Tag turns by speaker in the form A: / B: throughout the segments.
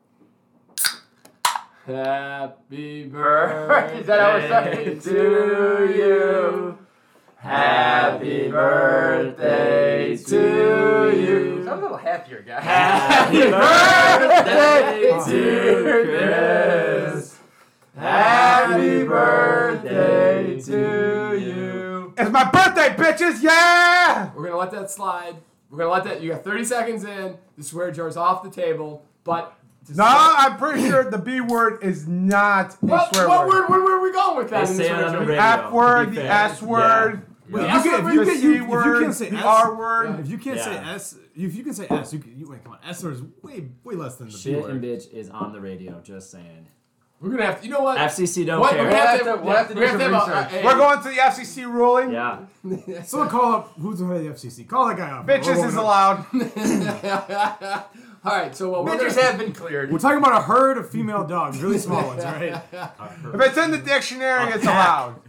A: Happy birthday
B: Is that how it started?
A: to you. Happy birthday to you.
B: Sound a little happier, guys.
A: Happy birthday to Chris. Happy birthday to you.
C: It's my birthday, bitches! Yeah!
A: We're gonna let that slide. We're gonna let that. You got 30 seconds in. The swear jar's off the table, but. to say-
C: No, I'm pretty sure the B word is not a
A: What,
C: swear
A: what word,
C: word.
A: where, where are we going with that?
D: They
A: in the
D: say
A: swear
D: it on the
A: jar?
D: radio.
C: F word,
D: to be
C: the
D: fair.
C: S
D: Yeah.
C: word,
A: Yeah.
D: Yeah.
A: That's
E: If you
A: what
E: can,
A: we
E: if
A: do.
E: you can,
C: C
E: you, if you
C: word,
E: can't say
C: the
E: S,
C: R word.
E: If you can't say
D: Yeah.
E: S, if you can say S, you, can, you wait. Come on, S word is way way less than the B
D: Shit and
E: word.
D: bitch is on the radio. Just saying.
A: We're gonna have to. You know what?
D: FCC don't
A: What?
D: care.
A: We're gonna have to.
B: We'll have to- we'll have to do
A: we're gonna
B: some
A: have to have a- uh,
B: research.
A: hey.
C: We're going to the FCC ruling.
D: Yeah.
E: Someone call up who's the head of the FCC. Call that guy up. We're
C: Bitches
E: going
C: is
E: up.
C: allowed.
A: All right, so what we're
B: Bitches
A: gonna,
B: have been cleared.
E: We're talking about a herd of female dogs, really small ones, right?
C: If it's in the dictionary, it's allowed.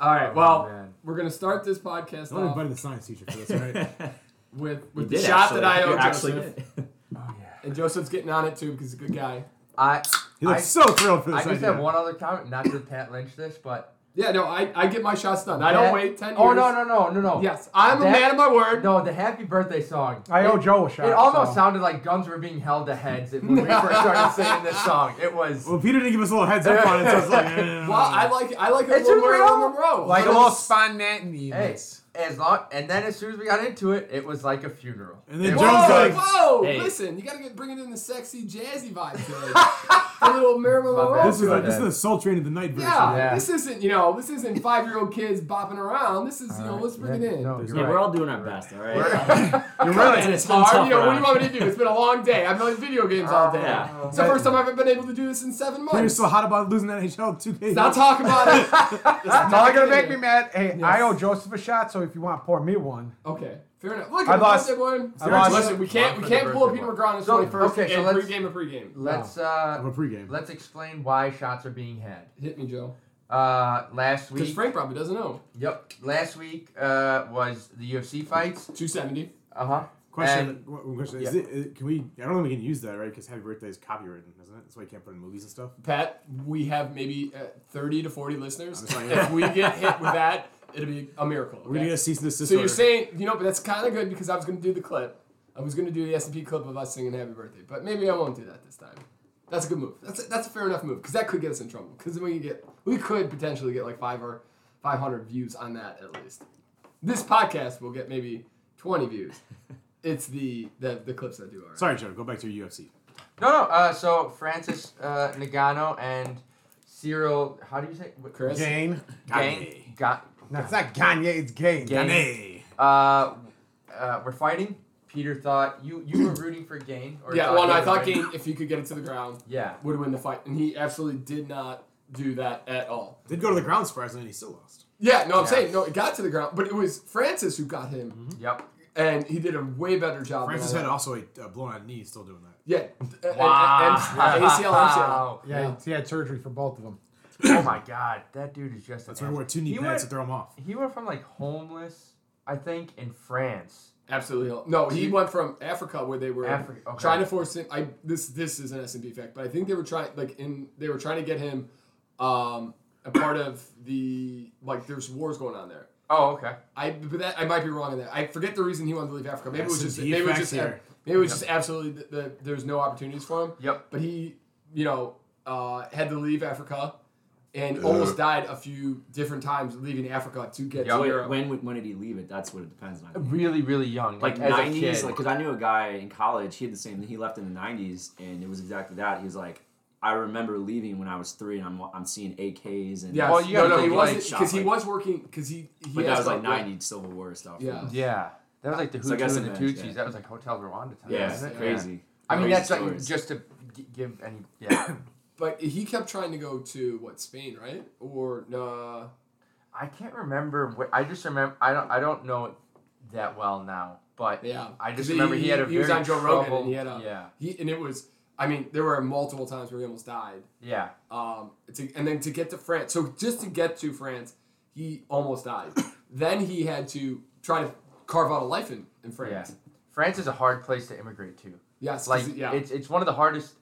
A: all right, well,
B: Oh, man.
A: we're gonna start this podcast
E: Don't
A: off
E: invite the science teacher for this, right?
A: with
D: You
A: with the
D: did
A: shot
D: actually.
A: that I owe
D: You actually
A: Joseph,
D: did.
A: and Joseph's getting on it too because he's a good guy.
B: I
E: He
B: I,
E: looks so thrilled for
B: I
E: this
B: just
E: idea.
B: have one other comment, not to Pat Lynch this, but
A: Yeah, no, I, I get my shots done. I don't
B: that-
A: wait ten years.
B: Oh no no no no no.
A: Yes, I'm a
B: That-
A: man of my word.
B: No, the Happy Birthday song.
C: I owe
B: It-
C: Joe a shot.
B: It almost
C: so.
B: sounded like guns were being held to heads when we first started singing this song. It was.
E: Well, Peter didn't give us a little heads up on it, so it's like, eh,
A: Well, I like I like a
B: It's
A: little more
B: real.
A: on Monroe.
C: like a
A: Let's-
C: little spontaneity.
B: Hey, as long and then as soon as we got into it, it was like a funeral.
E: And then
B: It
A: Whoa,
B: was-
E: Jones like-
A: whoa!
D: Hey.
A: Listen, you gotta get bringing in the sexy jazzy vibe to it. a little Marilyn
B: My
A: Monroe.
B: bad.
E: this is
A: to
E: the,
A: it.
E: this is the Soul Train of the Night version.
A: Yeah,
B: Yeah.
A: this isn't you know this isn't five year old kids bopping around. This is you know let's bring it in.
B: No,
D: Yeah,
B: you're
D: we're
B: right.
D: all doing our best, all right?
E: You're right.
D: And it's been
A: Hard,
D: tough
A: you know, what do
D: around
A: you want me to do? It's been a long day. I've played video games all day.
D: Yeah.
A: It's the first time I haven't been able to do this in seven
E: You're
A: months.
E: so hot about losing that NHL 2K.
A: Now talk about it.
C: It's not gonna make me mad. Hey, I
A: Yes.
C: owe Joseph a shot, so if you want, pour me one.
A: Okay, fair enough. Look,
C: I
A: at
C: lost-
A: the birthday boy.
C: I lost-
A: Listen, we can't we
B: for the
A: can't pull a
B: birthday
A: Peter
B: boy.
A: McGraw on his
B: So,
A: twenty first
B: okay, so
A: and
B: let's-
A: pregame a pregame.
B: Let's
E: of a
B: uh,
E: pregame.
B: let's explain why shots are being had.
A: Hit me, Joe.
B: Uh, last
A: Because
B: week,
A: Frank probably doesn't know.
B: yep, last week uh was the UFC fights.
A: Two seventy.
B: Uh
E: Uh-huh.
B: huh.
E: Question, one question is
B: Yeah.
E: it, is- can we? I don't think we can use that, right? Because Happy Birthday is copywritten, isn't it? That's why you can't put it in movies and stuff.
A: Pat, we have maybe uh, thirty to forty listeners.
E: I'm sorry.
A: if we get hit with that, it'll be a miracle.
E: We're gonna
A: okay?
E: get a cease and desist.
A: So you're
E: order.
A: saying, you know, but that's kind of good because I was going to do the clip. I was going to do the S&P clip of us singing Happy Birthday, but maybe I won't do that this time. That's a good move. That's a, that's a fair enough move because that could get us in trouble because we could get we could potentially get like five or five hundred views on that at least. This podcast will get maybe twenty views. It's the the, the clips that do all right.
E: Sorry, Joe. Go back to your UFC.
B: No, no. Uh, so Francis uh, Nagano and Cyril, how do you say? What,
A: Chris.
C: Gain.
B: Gang, got,
C: No, it's not Gagne, it's Gain.
B: Gain.
E: Hey.
B: uh, uh, we're fighting. Peter thought you you were rooting for Gain. Or
A: Yeah. Well, no,
B: he
A: I
B: was
A: thought
B: winning.
A: Gain, if he could get it to the ground,
B: Yeah.
A: would win the fight, and he absolutely did not do that at all.
E: Did go to the ground surprisingly, and he still lost.
A: Yeah. No, I'm
B: Yeah.
A: saying no. It got to the ground, but it was Francis who got him.
B: Yep.
A: and he did a way better job.
E: Francis
A: than I
E: had
A: did.
E: also a, a blown out knee, still doing that.
A: yeah, and- and- and-
B: Wow.
A: and ACL, MCL.
C: Yeah, he had surgery for both of them.
B: Oh my God, that dude is just.
E: That's
B: an
E: why he wore
B: ass-
E: two knee
B: he
E: pads to
B: Went,
E: throw him off.
B: he went from like homeless, I think, in France.
A: Absolutely, no. He went from Africa where they were
B: Afri- okay.
A: trying to force him. I this this is an S and P fact, but I think they were trying like in they were trying to get him um, a part of the like there's wars going on there.
B: Oh, okay.
A: I but that I might be wrong in that. I forget the reason he wanted to leave Africa. Maybe it was
E: That's
A: just
E: the
A: maybe it was
E: effects
A: just
E: here.
A: maybe it was just absolutely that the, there's no opportunities for him.
B: Yep.
A: But he, you know, uh, had to leave Africa and almost died a few different times leaving Africa to get
B: Yep.
A: to
B: Wait,
A: Europe.
D: When, when when did he leave it? That's what it depends on.
B: Really, really young.
D: Like
B: as a
D: nineties,
B: kid.
D: like because I knew a guy in college. He had the same. He left in the nineties, and it was exactly that. He was like, I remember leaving when I was three, and I'm I'm seeing AKs and
A: yeah,
B: Well, you
A: no,
B: gotta
A: no,
B: think
A: he
B: like
A: wasn't
D: shot,
A: because he
D: like-
A: was working because he he
D: But that
A: asked
D: was like
A: about-
D: ninety Civil War stuff.
A: Yeah.
B: yeah. That was like the Hutu
D: So I guess
B: and the
D: it meant,
B: Tutsis.
D: yeah.
B: That was like Hotel Rwanda time.
D: yeah,
B: wasn't it?
D: crazy.
B: I mean,
D: Crazy
B: that's like
D: stories.
B: just to g- give any. Yeah,
A: But he kept trying to go to what Spain, right? Or uh,
B: I can't remember. What, I just remember. I don't. I don't know it that well now. But
A: yeah,
B: I just
A: 'Cause
B: remember he had a
A: he was
B: very
A: on Joe Rogan
B: troubled-
A: and he had a
B: yeah.
A: he and it was I mean there were multiple times where he almost died.
B: yeah,
A: um, to, and then to get to France. So just to get to France, he almost died. then he had to try to carve out a life in, in
B: yeah.
A: France.
B: France is a hard place to immigrate to.
A: Yes, 'cause
B: Like
A: it- yeah,
B: it's it's one of the hardest.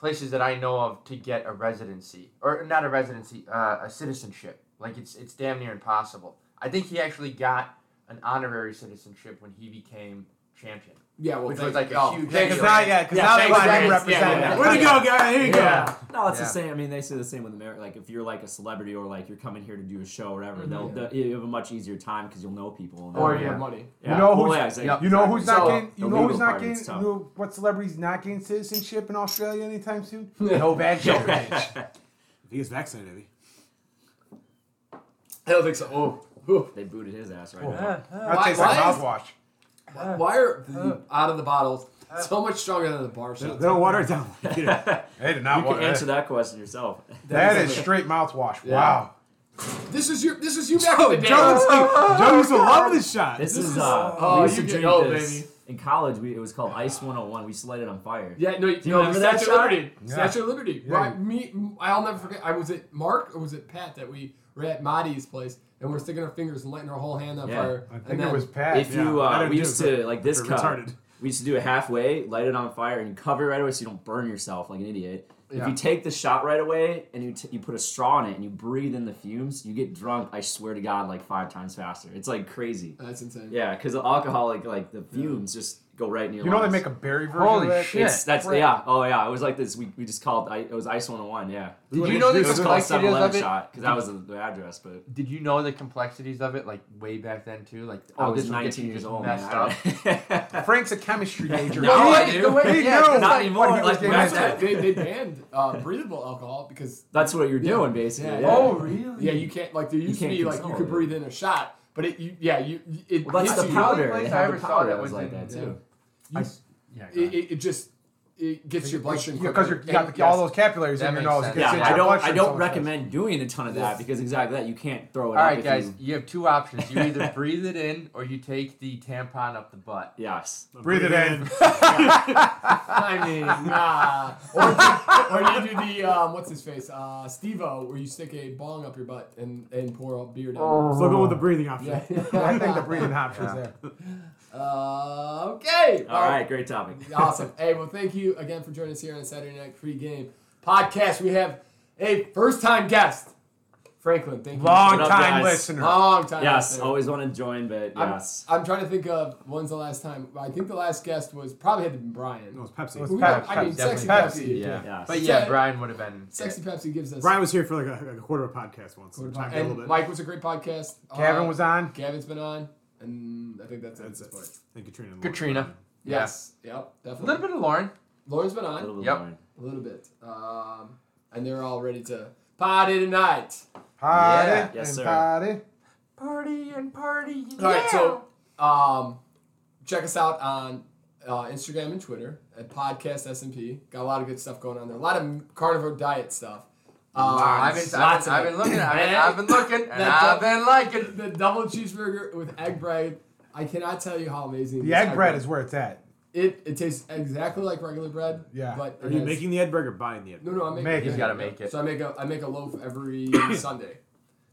B: places that I know of to get a residency or not a residency, uh, a citizenship. Like it's it's damn near impossible. I think he actually got an honorary citizenship when he became champion.
A: Yeah, well,
B: Which
A: thank,
B: was like,
A: a
B: oh,
A: huge
B: thank
A: deal.
B: you.
C: now, yeah, 'cause
B: Yeah,
C: now they
B: thanks,
C: want him
B: guys.
C: represented.
B: Yeah, yeah.
E: Where to go, guy? Here you
B: Yeah.
D: No, it's
B: Yeah.
D: the same. I mean, they say the same with America. Like, if you're like a celebrity or like you're coming here to do a show or whatever, they'll,
A: Yeah.
D: they'll you have a much easier time because you'll know people. and
A: Or
D: they'll-
A: Oh, you
B: yeah.
A: have money.
D: yeah.
C: You know
D: Well,
C: who's-
D: yeah, exactly.
B: yep.
C: You know who's not
A: So,
C: getting? You
D: the
C: know who's
D: legal
C: not
D: part,
C: getting?
D: it's
C: You
D: tough.
C: know what celebrity's not getting citizenship in Australia anytime soon? no bad joke.
E: If he gets vaccinated, maybe.
A: I don't think so. Oh, oof.
D: They booted his ass right now.
C: That
A: Why-
C: tastes like
A: why is-
C: mouthwash.
A: why are the out of the bottles so much stronger than the bar
E: They
A: shots?
E: don't water it down. Peter.
C: They did
D: You
C: not
D: can
C: want
D: answer
C: that.
D: that question yourself.
C: That is straight mouthwash.
A: Yeah.
C: Wow.
A: This is your. This is you back in
E: Oh,
A: the day.
E: Joe used to- Joe used to love this shot.
D: This, is,
A: is-
D: uh,
A: oh,
D: we used
A: you
D: to
A: get
D: drink
A: old,
D: this.
A: baby.
D: In college, we, it was called Ice 101. We used to light it on fire.
A: Yeah, no, you
D: you
A: no, Statue
D: remember that
A: of
D: shot?
A: Liberty.
C: Yeah.
A: Statue of Liberty.
C: Yeah.
A: Right, me, I'll never forget. I was it Mark or was it Pat that we were at Marty's place and we're sticking our fingers and lighting our whole hand on
D: Yeah.
A: fire.
C: I think
A: and then,
C: it was Pat.
D: If you,
E: Yeah, I
D: uh,
E: don't
D: we
E: do
D: used
E: it for-
D: to like this
E: for
D: cup.
E: retarded.
D: We used to do it halfway, light it on fire, and cover it right away so you don't burn yourself like an idiot.
A: Yeah.
D: If you take the shot right away and you, t- you put a straw in it and you breathe in the fumes, you get drunk. I swear to God, like five times faster. It's like crazy.
A: That's insane.
D: Yeah, because the alcoholic like the fumes just go right in your.
C: You know they
D: lungs.
C: make a berry version
B: Holy
C: of that?
B: shit.
D: It's, that's
B: Right.
D: yeah. Oh yeah, it was like this. We, we just called I- it was Ice 101. Yeah.
B: Did
E: What
B: you
E: is
B: know the
E: this?
D: It was called
B: complexities
D: 7-Eleven
B: of it?
D: shot because that was the, the address. But
B: Did you know the complexities of it, like way back then too? Like,
D: I
B: oh,
D: was
B: this will get
D: 19
B: you
D: years
B: just
D: old.
B: Messed
D: man.
B: up.
D: I-
C: Frank's a chemistry major.
D: No,
C: He-
D: I
B: the
D: do.
B: way-
C: he
B: yeah,
C: knew
B: it's
C: what
D: not
C: he
D: anymore,
C: was
D: like
C: getting
D: back
C: into.
D: then.
A: they, they banned uh, breathable alcohol because
D: That's what you're
A: Yeah.
D: doing basically.
A: Yeah,
D: Yeah.
A: yeah.
B: Oh really?
A: yeah you can't like there used to
D: can't
A: be like you
D: control
A: could
D: it.
A: breathe in a shot but it you, yeah you it
D: Well, that's
A: hits
D: the
A: you,
B: powder.
D: powder.
B: place
D: They
B: I
D: have
B: ever
D: the
B: saw
D: powder
B: that
D: that was
B: was
D: like
B: in-
D: that
A: yeah.
D: too.
B: I s- yeah. go
A: it,
B: ahead.
A: it, it just it gets your bloodstream
C: Because you're-
A: quicker.
C: you got
A: And-
C: the- all
A: yes.
C: those capillaries
B: That
C: in your
B: makes
C: nose.
B: sense.
C: it gets
D: Yeah,
B: Yeah,
C: into
D: I
C: your
D: don't. I
C: bloodstream so
D: don't
C: much.
D: recommend doing a ton of that because exactly that you can't throw it. up
B: All right,
D: if
B: guys,
D: you-
B: you have two options. You either breathe it in or you take the tampon up the butt.
D: Yes.
C: Breathe it in.
A: I mean, nah. Or do, or you do the um, what's his face, uh, Steve-O, where you stick a bong up your butt and, and pour out beer down.
D: Oh.
E: Still going with the breathing option.
A: Yeah.
C: I think the breathing option's there.
A: Uh, okay.
D: All right. Great topic.
A: Awesome. Hey, well, thank you again for joining us here on Saturday Night Pre-Game Podcast. We have a first-time guest, Franklin. Thank you.
C: Long
D: What up,
C: time
D: guys?
C: listener.
A: Long time.
D: Yes.
A: listener.
D: Always want to join, but
A: I'm,
D: yes.
A: I'm trying to think of when's the last time. I think the last guest was probably had to be Brian.
E: No, it's Pepsi.
C: It was
A: Who-
C: Pep-
A: I mean,
C: Pepsi.
A: sexy
C: Pepsi,
A: Pepsi.
C: yeah.
D: Yes.
B: But
A: So-
B: yeah, Brian would have been
A: Sexy Pepsi gives us.
E: Brian was here for like a, like a quarter of a podcast once. so we talked a little
A: And
E: bit.
A: Mike was a great podcast.
C: Gavin
A: Uh,
C: was on.
A: Gavin's been on, and I think that's it at
E: That's
A: this
E: it.
A: point.
E: And Katrina. and Lauren.
B: Katrina. Yeah.
A: Yes. Yep.
B: A
A: Definitely.
B: little bit of Lauren.
A: Lauren's been
D: A
A: on
D: little bit
B: Yep.
D: boring.
A: a little bit, um, and they're all ready to party tonight.
C: Party
B: Yeah.
D: Yes,
C: and
D: sir.
C: party.
B: Party and party.
A: All right. So, um, check us out on uh, Instagram and Twitter at Podcast SMP. Got a lot of good stuff going on there. A lot of carnivore diet stuff. Um,
B: uh, I've been, I've
A: lots
B: been,
A: of
B: I've
A: it.
B: been looking, I've been,
A: And
B: I've been looking, and
A: That does-
B: I've been liking.
A: the double cheeseburger with egg bread. I cannot tell you how amazing
C: The
A: this
C: egg bread is where it's at.
A: It it tastes exactly like regular bread.
C: Yeah.
A: But
E: Are
A: it
E: you
A: has-
E: making the Ed Burger? Buying the Ed
A: No,
E: Burger?
A: no, I'm
C: Make
A: making.
C: He's
A: it.
B: gotta make it.
A: So I make a I make a loaf every Sunday.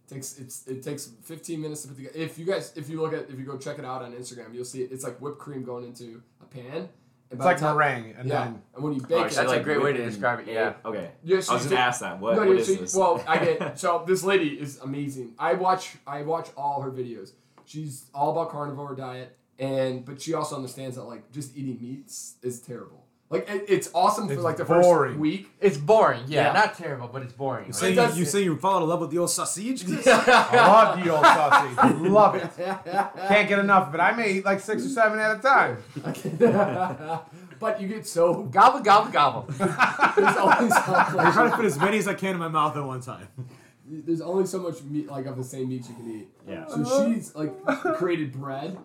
A: Takes it's it takes 15 minutes to put together. If you guys if you look at if you go check it out on Instagram, you'll see it. It's like whipped cream going into a pan. And
C: It's
A: by
C: like
A: the time-
C: meringue. And
A: yeah.
C: then
A: And when you bake
D: Oh,
A: it,
D: so
B: That's
A: like
B: a great way to
D: whipping-
B: describe it, yeah.
D: Okay.
A: yeah,
D: I
A: so
D: was
A: you
D: gonna
A: take-
D: ask that. What,
A: no,
D: what
A: no,
D: is
A: so-
D: this?
A: Well, I get so this lady is amazing. I watch I watch all her videos. She's all about carnivore diet, and but she also understands that like just eating meats is terrible. Like it, it's awesome for
C: It's
A: like the first
C: boring.
A: week.
B: It's boring, yeah,
A: Yeah.
B: not terrible, but it's boring.
E: You
B: Like,
E: say
A: It
E: you,
A: does-
E: you say you fall in love with the old sausage?
C: I love the old sausage. Love it.
A: but
C: Can't get enough of it. I may eat like six or seven at a time.
A: you get so
B: gobble, gobble, gobble.
A: there's only so
E: I try to
A: much,
E: fit as many as I can in my mouth at one time.
A: there's only so much meat like of the same meat you can eat.
D: Yeah.
A: So she's like created bread.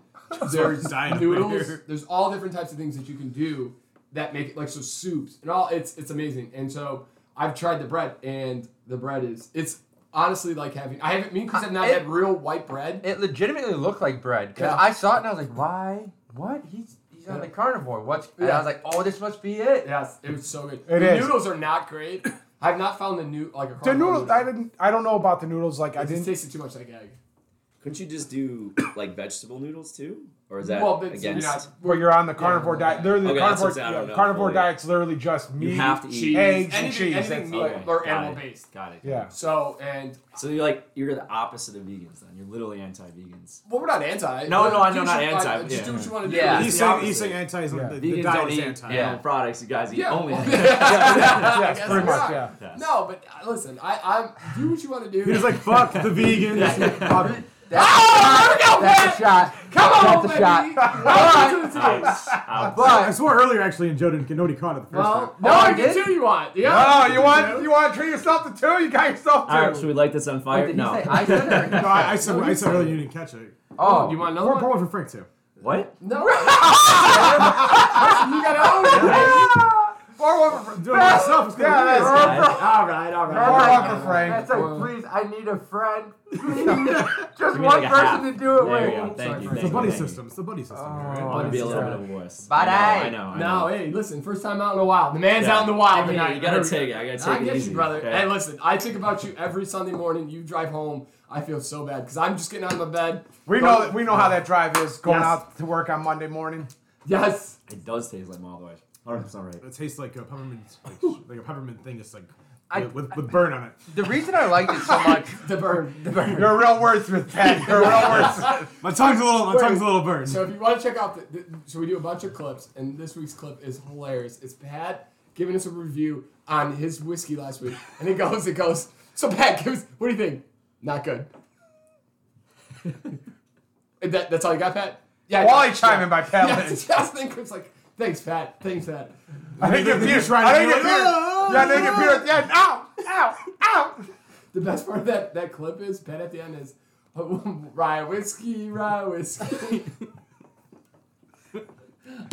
E: Sorry,
A: There's
E: dying over
A: noodles.
E: here.
A: There's all different types of things that you can do that make it like so soups and all. It's it's amazing. And so I've tried the bread and the bread is it's honestly like having I haven't me because I've not
B: It-
A: had real white bread.
B: It legitimately looked like bread, because
A: Yeah.
B: I saw it and I was like, why? What? He's he's on the carnivore. What's, and I was like, oh, this must be it.
A: Yes, it was so good.
C: It
A: the
C: is.
A: noodles are not great. I've not found the new like a
C: The
A: carnival
C: noodles.
A: noodle.
C: I didn't. I don't know about the noodles. Like I
A: I just
C: didn't.
A: tasted too much like egg.
D: Couldn't you just do like vegetable noodles too?
F: Or is that
A: well, it's,
F: against?
A: you're not.
C: Where you're on the carnivore
A: Yeah.
C: diet. Literally,
F: Okay,
C: the
F: that's
C: carnivore,
F: something I don't
C: yeah,
F: know
C: carnivore
F: fully.
C: diet's literally just meat,
D: You have to eat.
C: cheese, eggs, and
A: Anything,
C: cheese.
A: anything
C: that's
A: meat
D: Okay,
A: or
D: got
A: animal
D: it.
A: based.
D: Got it.
C: it. Yeah.
A: So and
D: So you're like you're the opposite of vegans then. You're literally anti-vegans.
A: well, we're not anti.
D: No,
A: We're-
D: no, I
A: do
D: know
A: what
D: not
A: you- I-
D: anti,
A: Just
D: yeah.
A: do what you want to
B: Yeah.
A: do.
E: He's
D: the
E: saying,
D: opposite.
E: he's saying anti is
C: Yeah.
E: the, the
D: Vegans
E: diet
D: don't
E: is
D: eat
E: anti.
F: Yeah.
D: animal products. You guys eat
A: Yeah.
D: only.
A: Well,
D: animal.
A: I guess
C: pretty
A: we're
C: much,
A: not.
C: yeah.
D: Yes.
A: No, but uh, listen, I, I'm do what you want to do.
E: He was like, "Fuck the vegans." Bobby,
A: oh, there we go,
B: That's a
A: Pat.
B: shot.
A: Come on,
B: That's a
A: baby.
B: shot.
A: Welcome to the team.
D: Ouch. Ouch.
E: I
B: But
E: swore earlier actually, and Joe didn't know what he caught it the first
A: Well,
E: time.
A: no,
B: Oh, I
A: I get
B: did?
A: two. You want? Yeah.
C: Oh, you want you want to treat yourself to two? You got yourself two.
D: All right, should we light this on
B: Wait,
D: fire?
B: did he
D: no.
B: say I said it? or-
E: No, I, I said I said earlier you didn't catch it.
B: Oh,
A: you want another
E: Pour,
A: one?
E: pour one for Frank too.
D: what?
A: No. you gotta own it.
C: Ah! Or one for
E: Do it myself. It's gonna
C: Yeah,
E: be
C: that's-
E: nice.
A: All right, all
C: Or
A: right.
C: one for Frank.
B: That's like,
A: Well-
B: please, I need a friend. Please. Just
D: Give me like
B: one
D: a half.
B: person to do
D: There
B: it with. Oh,
D: you go. Thank you.
E: It's a
D: Thank
E: buddy
D: you.
E: system. It's a buddy system.
B: Uh,
D: I want
E: right?
D: to be a little
E: system.
D: bit of a wuss.
B: Bye.
D: I know. I know. I
A: No,
D: know.
A: hey, listen, first time out in a while. The man's
D: Yeah.
A: out in the wild
D: Hey,
A: tonight.
D: you gotta
A: There
D: take
A: we
D: it.
A: go.
D: I gotta take
A: I
D: it
A: get
D: easy,
A: you, brother.
D: okay?
A: Hey, listen, I think about you every Sunday morning. You drive home. I feel so bad because I'm just getting out of my bed.
C: We know we know how that drive is going
A: Yes.
C: out to work on Monday morning.
A: Yes.
D: It does taste like Maldoy. 100% right.
E: It tastes like a peppermint, like, sh- like a peppermint thing. It's like
B: I-
E: with, with, with burn on it.
B: The reason I liked it so
D: Oh
B: much.
A: The burn. The burn.
C: You're a real wordsmith, Ted. You're a real wordsmith.
E: My tongue's a little, my
A: Wait.
E: tongue's a little burned.
A: So if you want to check out, the, the, so we do a bunch of clips, and this week's clip is hilarious. It's Pat giving us a review on his whiskey last week, and it goes, it goes. So Pat, give us, what do you think? Not good. And that, that's all you got, Pat? Yeah. I got-
C: Wally chiming by Pat Lynch.
A: Yes, yes. Then Chris like, thanks, Pat. Thanks, Pat.
C: I think if
E: They're
C: Peter,
E: just trying
C: I
E: to
C: think
E: be
C: if
E: like,
C: Peter,
E: "Ah,
C: yeah, I think if Peter, yeah, ow, ow, ow.
A: The best part of that that clip is Pat at the end is rye whiskey, rye whiskey.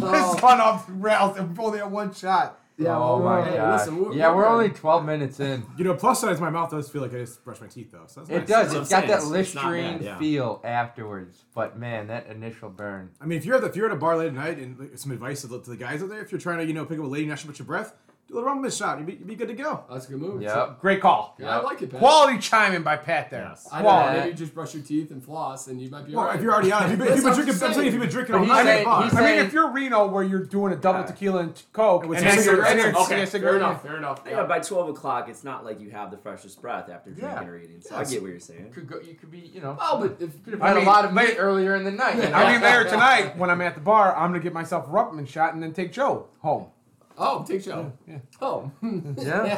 A: Oh,
C: This one off the rails and only at one shot.
A: yeah,
B: Oh my
A: hey,
B: gosh.
A: listen, we're-
B: yeah,
A: we're
B: we're
A: good.
B: only 12 minutes in.
E: You know, plus size, my mouth does feel like I just brushed my teeth though. So that's
B: It
E: nice.
B: does.
D: what
B: It's
D: I'm
B: got
D: saying.
B: that
D: It's- it's not
B: Listerine
D: bad, yeah.
B: feel afterwards. But man, that initial burn.
E: I mean, if you're at the, if you're at a bar late at night and like, some advice to the, to the guys out there, if you're trying to you know pick up a lady, and not shoot much of breath, do a little rum miss shot. You'd be, you'd be good to go.
A: That's a good move.
B: Yep.
C: Great call.
A: Yeah, I like it, Pat.
C: Quality chiming by Pat there.
D: Yes.
A: I don't know.
B: Yeah.
A: Maybe just brush your teeth and floss, and you might be
E: Well,
A: alright.
E: if you're already out, if you've been, if you've been
A: That's what
E: drinking,
A: I'm
E: I'm saying if you've been drinking all
B: But he
E: night,
B: said-
E: at a bar.
B: he
C: I
B: said-
C: mean, if you're Reno where you're doing a double tequila and Coke
E: With
C: and a
E: cigarettes.
C: cigarette,
E: Okay.
C: and a
A: fair
C: cigarette,
A: enough. Fair enough.
D: Yeah, by 12 o'clock, it's not like you have the freshest breath after drinking
B: Yeah.
D: or eating. So I get what you're saying.
B: Could go, you could be, you know,
A: Well, Oh, but if
B: could have
C: I
B: had
C: mean,
B: a lot of
C: late-
B: meat earlier in the night. you know?
C: I mean, later tonight when I'm at the bar, I'm gonna get myself a Ruppman shot and then take Joe home.
A: oh, take Joe.
C: Yeah.
A: Oh.
B: Yeah.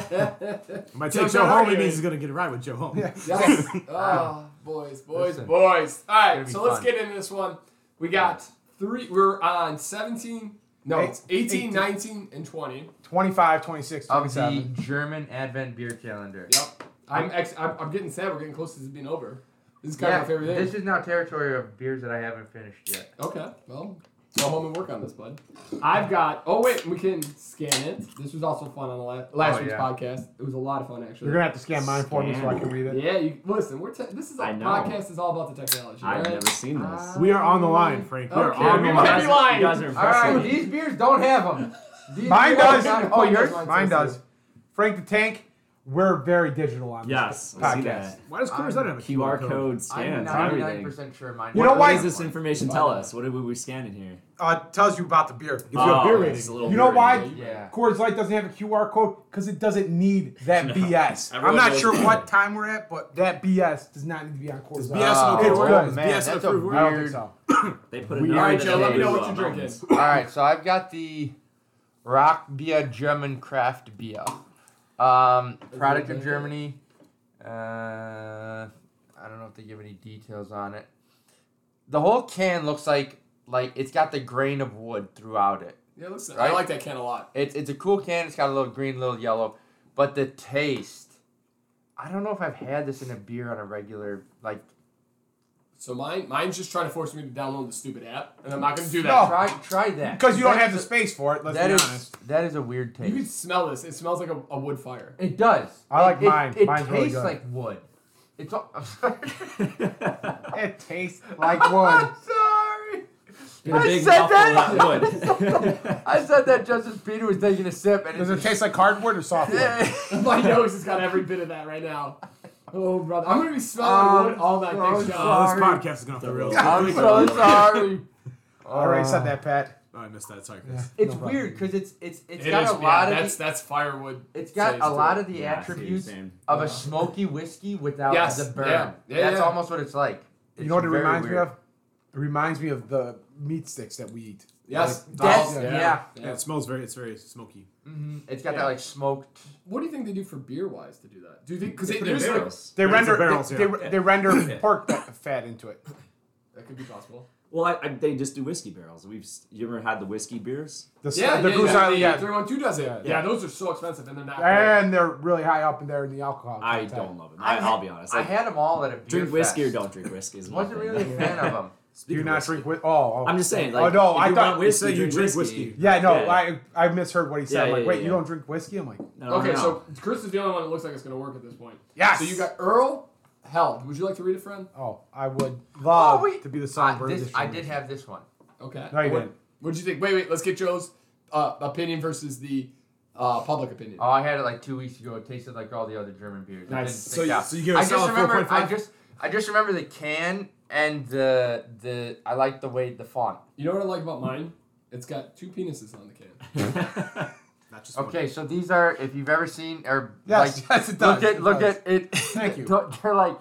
E: By
A: So
E: take
A: don't
E: Joe home,
A: worry.
E: he means he's gonna get a ride with Joe home.
C: Yeah.
A: Yes. oh, boys, boys,
B: Listen,
A: boys. All
B: gonna
A: right,
B: be
A: so let's
B: fun.
A: get into this one. We got three. We're on 17. No,
C: Eight-
A: it's 18,
C: 18.
A: 19, and 20.
C: 25, 26,
B: Of the
C: 27.
B: German Advent beer calendar.
A: Yep. I'm ex- I'm, I'm getting sad. We're getting close to this being over. This is kind
B: Yeah,
A: of my favorite thing.
B: this is now territory of beers that I haven't finished yet.
A: Okay, well, go home and work on this, bud. I've got. Oh wait, we can scan it. This was also fun on the last, last
B: Oh,
A: week's
B: yeah.
A: podcast. It was a lot of fun actually.
C: You're gonna have to scan mine for me so I can read it.
A: yeah, you, listen. We're te- this is a
D: I know.
A: podcast is all about the technology.
D: I've
A: right?
D: never seen
B: Ah. Uh,
D: this.
E: We are on the line, Frank. We are
A: Okay,
E: on
A: we
E: the
A: might
E: line.
A: be lying.
D: You guys are
B: All right,
D: impressive.
B: these beers don't have them. These
C: Mine
B: beers-
C: does.
A: Oh,
C: Oh,
A: yours?
C: yours?
A: Mine
C: Mine does. Frank the Tank, we're very digital on this
D: Yes, I see
C: podcast.
D: that.
E: Why does Coors Light have a
D: QR code
B: I'm
D: scans everything.
B: 99% sure mine.
C: You know
D: what
C: why-
D: does this information tell us? What are we scanning here? Oh,
C: Uh, it tells you about the beer.
E: Gives you a beer
D: it's
E: rating.
D: a little
C: You know
D: weird.
C: why?
B: Yeah.
C: Coors Light doesn't have a QR code because it doesn't need that BS. I'm
D: Everyone
C: not
D: knows
C: sure
D: that.
C: what time we're at, but that BS does not need to be on Coors Light.
E: BS
B: Oh,
E: okay,
C: it's
E: we're
C: good.
E: is
B: Man,
E: BS
B: that's a
E: approved.
C: I don't think so.
D: They put
E: We-
D: a
A: All right,
D: number
A: Joe.
D: that
A: Let me
D: they
A: know
D: do
A: what
D: on
A: you're drinking.
D: mountains.
B: All right, so I've got the Rock Beer German Craft Beer, um, product of Germany. Uh, I don't know if they give any details on it. The whole can looks like like it's got the grain of wood throughout it.
A: Yeah, listen. I
B: Right?
A: like that can a lot.
B: It's it's a cool can. It's got a little green, little yellow, but the taste. I don't know if I've had this in a beer on a regular like.
A: So mine, mine's just trying to force me to download the stupid app, and I'm not gonna do
C: No.
A: that.
B: Try try that
C: Because you don't
B: That
C: have the
B: is
C: space for it,
B: a-
C: let's
B: That
C: be
B: is
C: honest.
B: that is a weird taste.
A: You can smell this. It smells like a, a wood fire.
B: It does.
C: I
B: It-
C: like
B: it,
C: mine.
B: It,
C: Mine's really
B: tastes
C: good.
B: like wood. It's all. I'm sorry.
C: It tastes like wood.
B: I'm sorry.
D: Get a
B: I
D: big
B: said
D: mouthful
B: that.
D: of that wood.
B: I said that just as Peter was taking a sip, and
C: Does it taste like hardwood or softwood?
A: My nose has got every bit of that right now. Oh brother, I'm gonna be smelling
B: Um,
A: wood all night.
B: so
A: Thanks, Joe.
E: Oh, this
B: Sorry.
E: podcast is going off the rails.
B: I'm so sorry.
C: I already said that, Pat.
E: Oh, I missed that. Sorry, Chris.
B: It's
C: No problem.
B: weird because it's it's it's
A: It
B: got
A: is-
B: a
A: yeah,
B: lot of
A: that's
B: the,
A: that's firewood.
B: it's got
A: saves
B: a
A: to
B: lot
A: it.
B: of the
D: Yeah, I see what you're
B: attributes
D: saying.
B: of
A: Yeah.
B: a smoky whiskey without
A: Yes,
B: the burn.
A: yeah, yeah,
B: That's
A: yeah.
B: almost what it's like.
C: You know what it
B: It's very
C: reminds me
B: weird.
C: of? It reminds me of the meat sticks that we eat.
A: Yes,
C: Like,
B: That's-
A: dolls,
B: yeah.
E: Yeah, it smells very. It's very smoky.
B: Mhm. It's got
A: Yeah.
B: that like smoked.
A: What do you think they do for beer wise to do that? Do you think because
D: They put it in
A: there's like,
D: barrels.
C: They
E: Yeah, it's
C: render
E: the barrels,
C: they,
E: yeah.
C: they, they render pork fat- fat into it.
A: that could be possible?
D: Well, I, I, they just do whiskey barrels. We've s- you ever had the whiskey beers?
C: The,
A: Yeah,
C: the
A: yeah,
C: Goose
A: yeah,
C: Island, yeah.
A: Three one two does it. Yeah.
D: Yeah.
A: those are so expensive, and they're not. good.
C: And they're really high up in there in the alcohol.
D: I
C: content.
D: don't love them. I, I'll be honest.
B: I
D: Like,
B: had them all at a beer
D: drink whiskey
B: fest.
D: or don't drink whiskey. Is my
B: Wasn't
D: thing.
B: really a fan of them.
C: Do
D: Speaking
C: you
D: of
C: not
D: whiskey,
C: drink with? Oh, oh.
D: I'm just saying. Like,
C: Oh, no,
D: if
C: I
D: you
C: thought-
D: want whiskey,
E: You said you
D: drink
E: drink
D: whiskey.
E: whiskey.
C: Yeah, no,
D: Yeah.
C: I I misheard what he said.
D: Yeah,
C: I'm like,
D: yeah,
C: wait,
D: yeah,
C: you
D: yeah.
C: don't drink whiskey? I'm like,
D: No,
A: Okay,
D: no.
A: so Chris is the only one that looks like it's going to work at this point.
C: Yes!
A: So you got Earl Held. Would you like to read it, friend?
C: oh, I would love
B: Oh, wait.
C: to be the
B: I,
C: songbird.
B: this,
C: this
B: I
C: year.
B: did have this one.
A: Okay.
C: No, you
A: what,
C: didn't.
A: What'd you think? Wait, wait. Let's get Joe's uh, opinion versus the uh, public opinion.
B: Oh, I had it like two weeks ago. It tasted like all the other German beers. It
C: Nice.
B: didn't
E: So
B: stick
E: you-
B: out.
E: so you give it a
B: I just
E: solid
B: remember. I
E: 4.5?
B: just I just remember the can and the the. I like the way the font.
A: you know what I like about mine? It's got two penises on the can.
E: Not just
B: Okay, so these are if you've ever seen or
C: Yes,
B: like
C: yes, it does.
B: look at
C: it
B: look
C: does.
B: at it.
C: Thank you.
B: Don't- They're like.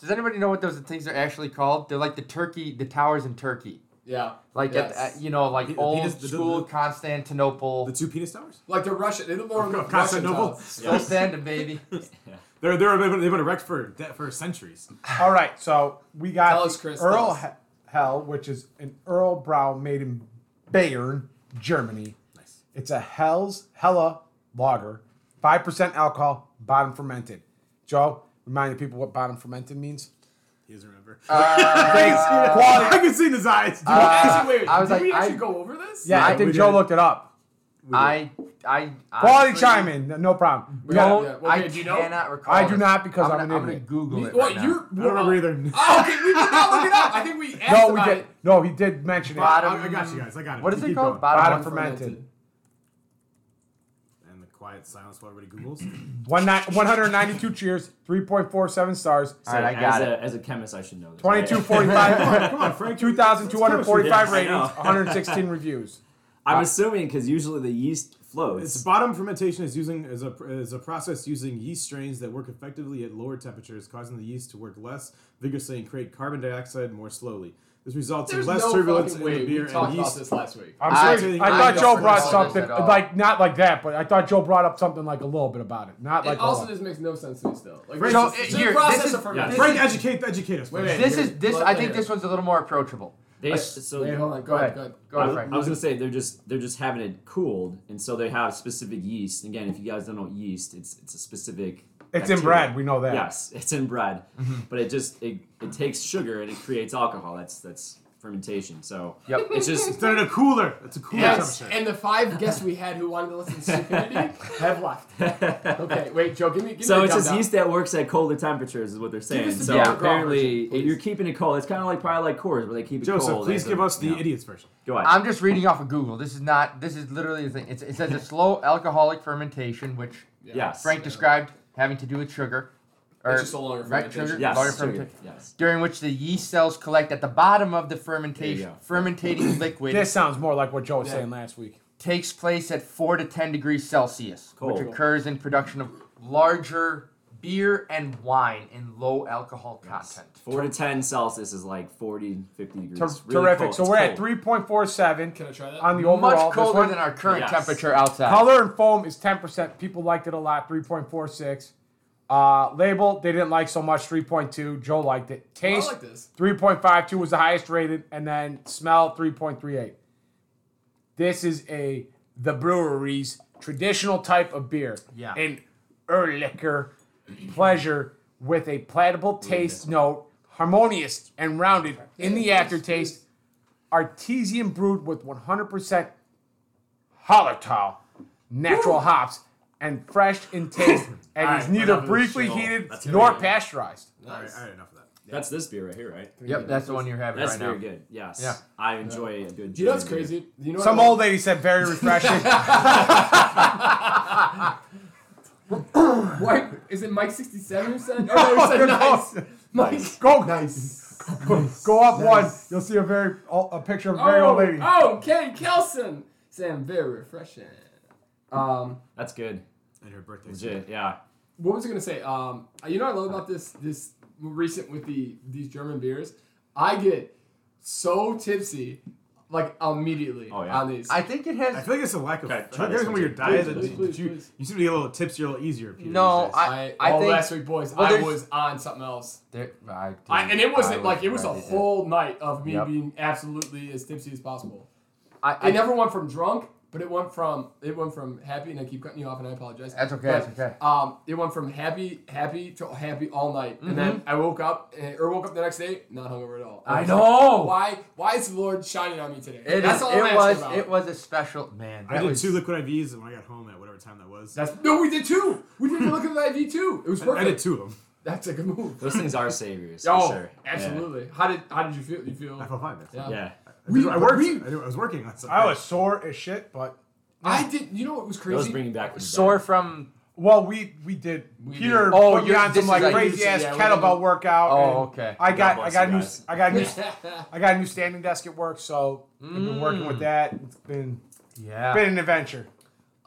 B: Does anybody know what those things are actually called? They're like the turkey, the towers in Turkey,
A: Yeah.
B: like at,
A: Yes.
B: at- you know, like
E: The- the
B: old
E: penis- the- the-
B: school
E: the-
B: Constantinople.
E: one. The two penis towers.
A: Like they're Russian. They look more like Russian
E: Constantinople.
A: towns.
B: Still standing, baby.
E: They're they're they've been, they've been erect for de- for centuries.
C: All right, so we got
A: Tell us, Chris, tell
C: Earl
A: us.
C: He- Hell, which is an Earl Brau made in Bayern, Germany.
E: Nice.
C: It's a Hell's Hella lager, five percent alcohol, bottom fermented. Joe, remind the people what bottom fermented means.
E: He doesn't remember.
B: Uh,
E: I can see in his eyes. Dude,
A: Actually, wait,
B: I was
A: did
B: like,
A: we actually
B: I-
A: go over this?
C: Yeah, I
E: Yeah,
C: think
E: we
C: Joe
E: did.
C: looked it up.
B: I, I,
C: Quality
B: honestly-
C: chime in, no problem.
A: We
C: Yeah.
A: got-
B: Don't.
A: yeah, well,
B: I
A: okay, do you know?
B: cannot recall.
C: I do
B: this.
C: not because I'm
B: gonna,
C: an
B: I'm gonna
C: idiot.
B: Google
A: You-
B: it.
A: well,
B: right now.
A: you're,
E: I don't remember either.
B: uh,
A: Oh, okay, we did not look it up. I think we asked
C: No, we
A: about
C: did.
A: it.
C: No, he did mention it.
B: Bottom-
E: I, I got you guys. I got it.
B: What is
E: You
B: it
E: keep
B: called?
E: going.
C: Bottom
A: Bottom
C: fermented.
E: And the quiet silence while everybody Googles.
C: One ni- 192 cheers, 3.47 stars,
B: All right, I
D: as
B: got
D: a,
B: it.
D: as a chemist, I should know this.
E: come
C: 2245.
E: on, come on, Frank.
C: 2,245
D: Yeah, I
C: ratings,
D: know.
C: 116 reviews.
D: I'm assuming because usually the yeast
E: Its
D: floats.
E: bottom fermentation is using is a is a process using yeast strains that work effectively at lower temperatures, causing the yeast to work less vigorously and create carbon dioxide more slowly. This results
A: There's
E: in less
A: no
E: turbulence
A: fucking
E: in
A: way
E: the beer
A: we talked
E: and
A: about
E: yeast.
A: this last week.
C: I'm
B: I-
C: serious.
E: I
C: I, thought
E: don't
C: Joe
E: remember
C: brought
E: this
C: something
B: at all.
C: like not like that, but I thought Joe brought up something like a little bit about it, not like
A: it
C: a
A: also
C: lot.
A: just makes no sense to me still. Like,
B: So,
A: it's just-
B: uh,
A: it's a
B: here, this
A: process
B: is-
A: of fermentation.
D: yeah.
E: Frank, educate educate us.
A: Wait,
E: please.
A: wait.
B: This
A: Here,
B: is this.
A: let
B: I
A: me
B: think
A: hear.
B: this one's a little more approachable.
D: They-
B: Let's-
D: so
A: Wait, hold on. Go,
B: Go
A: ahead.
B: ahead.
A: Go ahead.
B: Go
D: I,
B: ahead,
D: I
B: Frank.
D: was gonna say they're just they're just having it cooled, and so they have specific yeast. Again, if you guys don't know yeast, it's it's a specific.
C: It's
D: bacteria.
C: inbred, we know that.
D: Yes, it's inbred,
B: Mm-hmm.
D: but it just it, it takes sugar and it creates alcohol. That's that's fermentation. So
B: Yep.
D: it's just
E: It's in a cooler. It's a cooler
A: Yes,
E: temperature.
A: and the five guests we had who wanted to listen to stupidity have left. Okay, wait, Joe, give me. Give me
D: so
A: the
D: it's just
A: countdown.
D: yeast that works at colder temperatures is what they're saying.
A: us the
D: So
B: Joe Grant
D: apparently
A: version,
D: if you're keeping it cold. It's kind of like probably like Coors where they keep it
E: Joseph,
D: cold.
E: please
D: as a-
E: give us the
D: you know.
E: idiot's version.
D: Go ahead.
B: I'm just reading off of Google. This is not. This is literally the thing. It's, it says a slow alcoholic fermentation, which
D: yes.
B: Frank described having to do with sugar. Or,
A: It's just a longer
B: right,
A: fermentation.
B: sugar,
D: Yes.
B: longer
D: sugar,
B: fermenta-
D: Yes.
B: During which the yeast cells collect at the bottom of the fermentation.
D: go.
B: Fermentating liquid
C: This sounds more like what Joe was
A: Yeah.
C: saying last week.
B: takes place at four to ten degrees Celsius, which
D: Cool.
B: occurs in production of larger beer and wine in low alcohol content.
D: Four to ten Celsius is like 40, 50 degrees.
C: Ter-
D: Really
C: terrific.
D: cold.
C: So
D: It's
C: we're at
D: cold.
C: 3.47
A: Can I try that?
C: on the
B: Much
C: overall. this
B: colder
C: one-
B: than our current
D: Yes.
B: temperature outside.
C: Color and foam is 10%. People liked it a lot, 3.46. Uh, label, they didn't like so much, 3.2. Joe liked it.
A: I
C: Taste,
A: like this.
C: 3.52 was the highest rated, and then smell, 3.38. This is a the brewery's traditional type of beer.
B: Yeah.
C: An Erlicher pleasure with a palatable taste note, harmonious and rounded in the aftertaste artesian brewed with 100% holital, natural hops, and fresh in taste, and
E: All
C: is
E: right,
C: neither
E: enough of this
C: briefly
E: shit.
C: heated
D: That's
C: nor
D: good.
C: pasteurized.
E: All right,
A: Nice.
E: all right, enough of that.
D: That's this beer right here, right?
B: Yep, that's the one you're having
D: That's
B: right
D: very
B: now.
D: good. Yes.
B: Yeah.
D: I enjoy a good.
A: Do you know what's
D: ginger beer.
A: crazy? You know what
C: Some
A: I like?
C: old lady said very refreshing.
A: What is it? Mike sixty seven who said? Oh, no, who said
C: No,
A: nice.
C: no.
A: Mike,
C: Go,
A: nice.
C: Go up one.
A: Nice.
C: You'll see a very a picture of a very old lady.
A: Oh, Ken Kelson. Sam, very refreshing. Um,
D: That's good.
E: And her birthday.
D: Legit. Yeah.
A: what was I gonna say? Um, you know what I love about this this recent with the these German beers. I get so tipsy, like immediately
D: Oh, yeah.
A: on these.
B: I think it
E: I
B: has.
E: feel like it's a lack of.
D: Okay,
E: I
D: try
E: think
D: this
E: it's
D: one
E: when you're
D: too.
E: diet,
A: Please,
E: that you-
A: please,
E: that you,
A: please.
E: you seem to be a little tipsier, a little easier. Peter,
B: No,
E: these days.
A: I,
B: I
A: all
B: think-
A: last week, boys,
B: well,
A: I
B: there's-
A: was on something else.
B: There, I
A: I,
B: didn't-
A: and it wasn't
B: I
A: like it was a
B: ready to-
A: whole night of me
B: Yep.
A: being absolutely as tipsy as possible.
B: I, I
A: It never went from drunk, but it went from it went from happy, and I keep cutting you off, and I apologize.
B: That's okay,
A: But,
B: that's okay.
A: Um, it went from happy, happy to happy all night, and then I woke up, and, or woke up the next day, not hungover at all.
B: Mm-hmm. I
A: was
B: know!
A: like, why. Why is the Lord shining on me today?
B: It,
A: that's
B: is-
A: all
B: it
A: I'm
B: was.
A: asking about.
B: It was a special man.
E: I
B: that
E: did
B: was-
E: two liquid IVs when I got home at whatever time that was.
A: That's no, we did too. We did look at the IV too. It was
E: I,
A: perfect.
E: I did two of them.
A: That's a good move.
D: Those things are saviors.
A: oh,
D: for sure. Yeah.
A: absolutely. How did How did you feel? You feel?
E: I felt fine.
A: Yeah.
D: Yeah.
E: I, did-
A: We-
E: I worked.
A: we-
E: I, did- I was working on something.
C: I was sore as shit, but
A: I did. You know what was
D: Those
A: crazy?
D: bringing back the
B: sore
D: dead.
B: from.
C: well, we we did.
A: We
C: Peter
A: did.
B: Oh,
C: put me
B: you're-
C: on
B: this
C: some like
B: is like-
C: crazy ass
A: Yeah, we're
C: kettlebell
A: gonna-
C: workout.
B: Oh,
C: and
B: okay.
C: I got I
D: bless
C: got a
D: you
C: new
D: guys.
C: I got a new
A: yeah.
C: I got a new standing desk at work, so I've been working with that. It's been
B: Yeah.
C: been an adventure.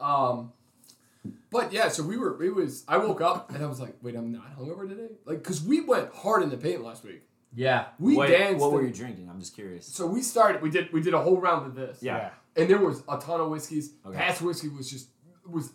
A: Um, but yeah, so we were. It was. I woke up and I was like, "Wait, I'm not hungover today." Like, cause we went hard in the paint last week.
B: Yeah.
A: We
D: Wait,
A: danced.
D: what were you
A: and-
D: drinking? I'm just curious.
A: So we started. We did. We did a whole round of this.
D: Yeah.
A: And there was a ton of whiskeys.
D: Okay.
A: Pat's whiskey was just was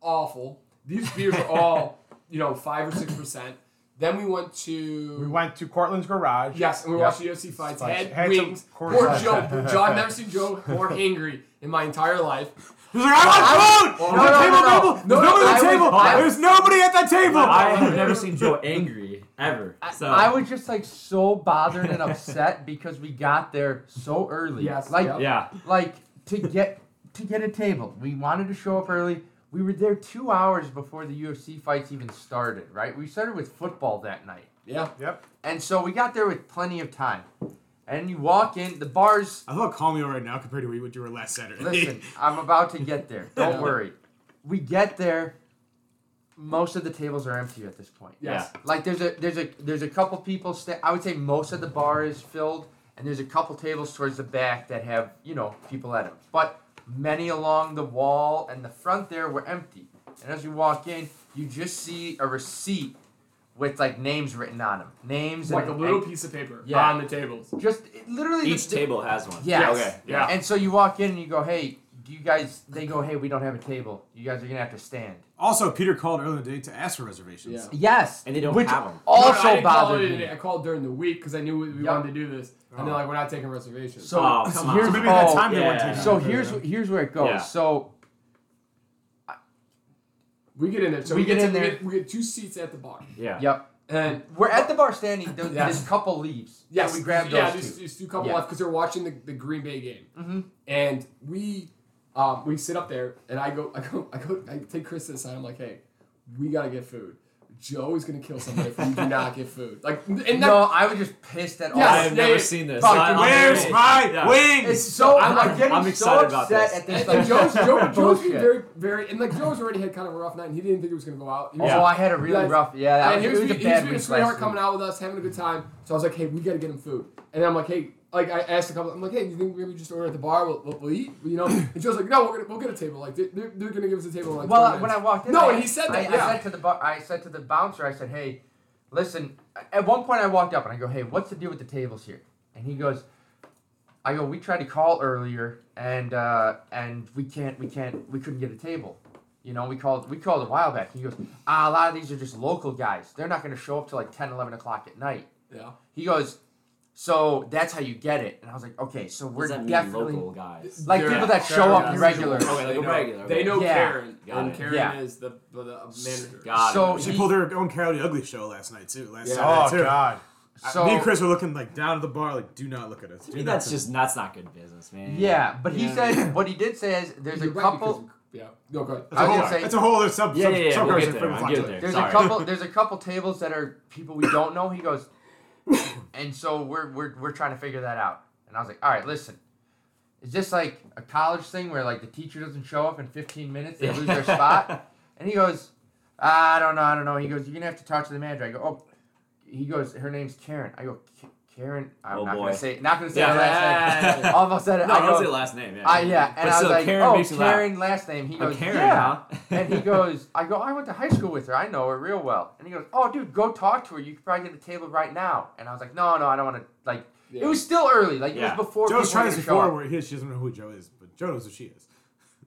A: awful. These beers are all you know five or six percent. Then we went to
C: We went to Cortland's garage.
A: Yes, and we
B: Yep.
A: watched the UFC fights.
C: Fights.
A: Head,
C: Heads of
A: wings.
C: course.
A: Poor Joe. Joe. I've never seen Joe more angry in my entire life.
E: He was like, I want food!
A: no, no, no, no.
E: There's
A: No, no,
E: nobody
A: I
E: at the
A: was-
E: table!
A: I-
E: There's nobody at that table!
D: I have never seen Joe angry ever. So
B: I was just like so bothered and upset because we got there so early.
A: Yes,
B: Like
A: yep.
D: Yeah.
B: like to get to get a table. We wanted to show up early. We were there two hours before the UFC fights even started, right? We started with football that night.
A: Yeah.
C: Yep.
B: And so we got there with plenty of time. And you walk in, the bar's
E: I thought call me right now compared to what you were last Saturday.
B: listen, I'm about to get there. Don't
A: Yeah.
B: worry. We get there. Most of the tables are empty at this point.
A: Yes.
B: Like there's a there's a there's a couple people. Sta- I would say most of the bar is filled, and there's a couple tables towards the back that have you know people at them. But many along the wall and the front there were empty. And as you walk in, you just see a receipt with like names written on them. Names
A: Like a
B: and,
A: little
B: and
A: piece of paper
B: Yeah.
A: on the tables.
B: just it, literally
D: Each
B: the,
D: table has one.
B: Yes.
D: Yeah. Okay.
A: Yeah.
B: And so you walk in and you go, hey, do you guys? They go, hey, we don't have a table. You guys are gonna have to stand.
E: Also, Peter called earlier in the day to ask for reservations.
A: Yeah.
B: Yes.
D: And they don't
B: which
D: have 'em.
A: No, no, I
B: Also
A: didn't call it
B: bothered
A: in.
B: me.
A: I called during the week because I knew we, we
B: Yep.
A: wanted to do this, and
E: Oh.
A: they're like, "We're not taking reservations."
B: So,
D: Oh,
B: so
D: come on.
B: here's
E: So maybe at that
B: oh,
E: time they weren't
D: yeah.
E: taking
B: So
E: it.
B: here's wh- here's where it goes.
D: Yeah.
B: So
A: we get in there. So
B: We
A: we,
B: get
A: to-
B: in there.
A: We get, we get two seats at the bar,
D: Yeah.
B: yep,
A: and
B: we're at the bar standing. Th-
A: Yes.
B: This couple leaves.
A: yes,
B: so we grab
A: yeah,
B: those
A: there's,
B: two.
A: there's two couple
B: Yeah. Mm-hmm.
A: left because they're watching the, the Green Bay game, and we um, we sit up there, and I go, I go, I go, I take Chris to the side. I'm like, "Hey, we gotta get food. Joe is gonna kill somebody if we do not get food." Like, and that,
B: No, I was just pissed at all.
A: Yes.
D: I
B: I-
D: have
A: yeah,
D: never
A: yeah.
D: seen this.
B: Fuck,
D: I- I'm
E: Where's
D: very-
E: my
D: Yeah.
E: wings?
B: It's so
A: I'm-
B: I'm, like getting
D: I'm
B: so
D: excited about
B: upset
D: this.
B: at this.
A: And, and Joe's, Joe, Joe's been
B: bullshit.
A: very, very, and like Joe's already had kind of a rough night. And he didn't think he was gonna go out. He
B: Oh,
A: was-
B: I had a really
A: Yes.
B: rough. Yeah, that
A: and
B: was,
A: he
B: it
A: was,
B: was a
A: he was
B: bad
A: being a
B: week
A: sweetheart
B: last
A: coming
B: week.
A: out with us, having a good time. So I was like, hey, we got to get him food. And I'm like, hey, like I asked a couple, I'm like, hey, do you think maybe we just order at the bar? We'll, we'll, we'll eat, you know? And Joe's like, no, we're gonna, we'll get a table. Like they're, they're they're gonna give us a table. In like 20
B: Well, I- when I
A: minutes."
B: walked in,
A: no,
B: I,
A: and he said
B: I-
A: that.
B: I,
A: yeah.
B: said to the bar, I said to the bouncer, I said, "Hey, listen." At one point, I walked up and I go, "Hey, what's the deal with the tables here?" And he goes, "I go, we tried to call earlier, and uh, and we can't, we can't, we couldn't get a table. You know, we called, we called a while back." He goes, "Ah, a lot of these are just local guys. They're not going to show up till like 10, 11 o'clock at night."
A: yeah.
B: He goes, "So that's how you get it." And I was like, "Okay, so
D: What
B: we're
D: does that mean,
B: definitely."
D: local guys?
B: Like
A: They're-
B: people that
A: they're
B: show up
A: guys.
B: regular.
D: Okay, like
A: They
D: a
A: know-
D: regular,
A: They
D: okay.
A: know
B: Yeah.
A: Karen,
D: Got
A: and
D: it.
A: Karen
B: Yeah.
A: is the, the manager.
D: Got it.
B: So
E: She
B: he-
E: pulled her own Carol the Ugly show last night too. Last
A: Yeah.
E: Saturday
C: Oh
E: too.
C: God.
B: so
E: Me and Chris were looking like down at the bar, like, do not look at us.
D: To
E: Do
D: me,
E: not
D: that's
E: look at
D: just that's not good business, man.
B: Yeah, but he
D: Yeah.
B: said what he did say is there's a
A: You're right,
B: couple.
A: because- yeah. No, go ahead.
E: us." That's a
B: I
E: whole,
B: didn't say-
E: that's a whole other sub.
D: Yeah,
E: sub,
D: yeah, yeah,
E: sub
D: we'll get
E: conversation
D: there,
E: for
D: I'll
E: the
D: get there.
B: There's a
D: Sorry.
B: couple. There's a couple tables that are people we don't know. He goes, and so we're we're we're trying to figure that out. And I was like, all right, listen, is this like a college thing where like the teacher doesn't show up in 15 minutes, they lose their spot? And he goes, I don't know, I don't know. He goes, you're gonna have to talk to the manager. I go, oh. He goes, her name's Karen. I go, "K- Karen. I'm
D: Oh,
B: not
D: boy.
B: gonna say not gonna say
D: Yeah.
B: her last name. Almost said it.
D: No,
B: I
D: I don't
B: go-
D: say last name. Yeah.
B: I, yeah, and
D: But
B: I was
D: still,
B: like,
D: Karen
B: oh,
D: makes you laugh.
B: Karen, last name. He
D: Oh,
B: goes,
D: Karen,
B: yeah.
D: huh?
B: and he goes, I go, I went to high school with her. I know her real well. And he goes, oh, dude, go talk to her. You could probably get a table right now. And I was like, no, no, I don't want to. Like,
A: Yeah.
B: it was still early. Like,
D: Yeah.
B: it was before
E: Joe's
B: people were
E: trying this
B: gonna show
E: before
B: up.
E: where he is. She doesn't know who Joe is, but Joe knows who she is.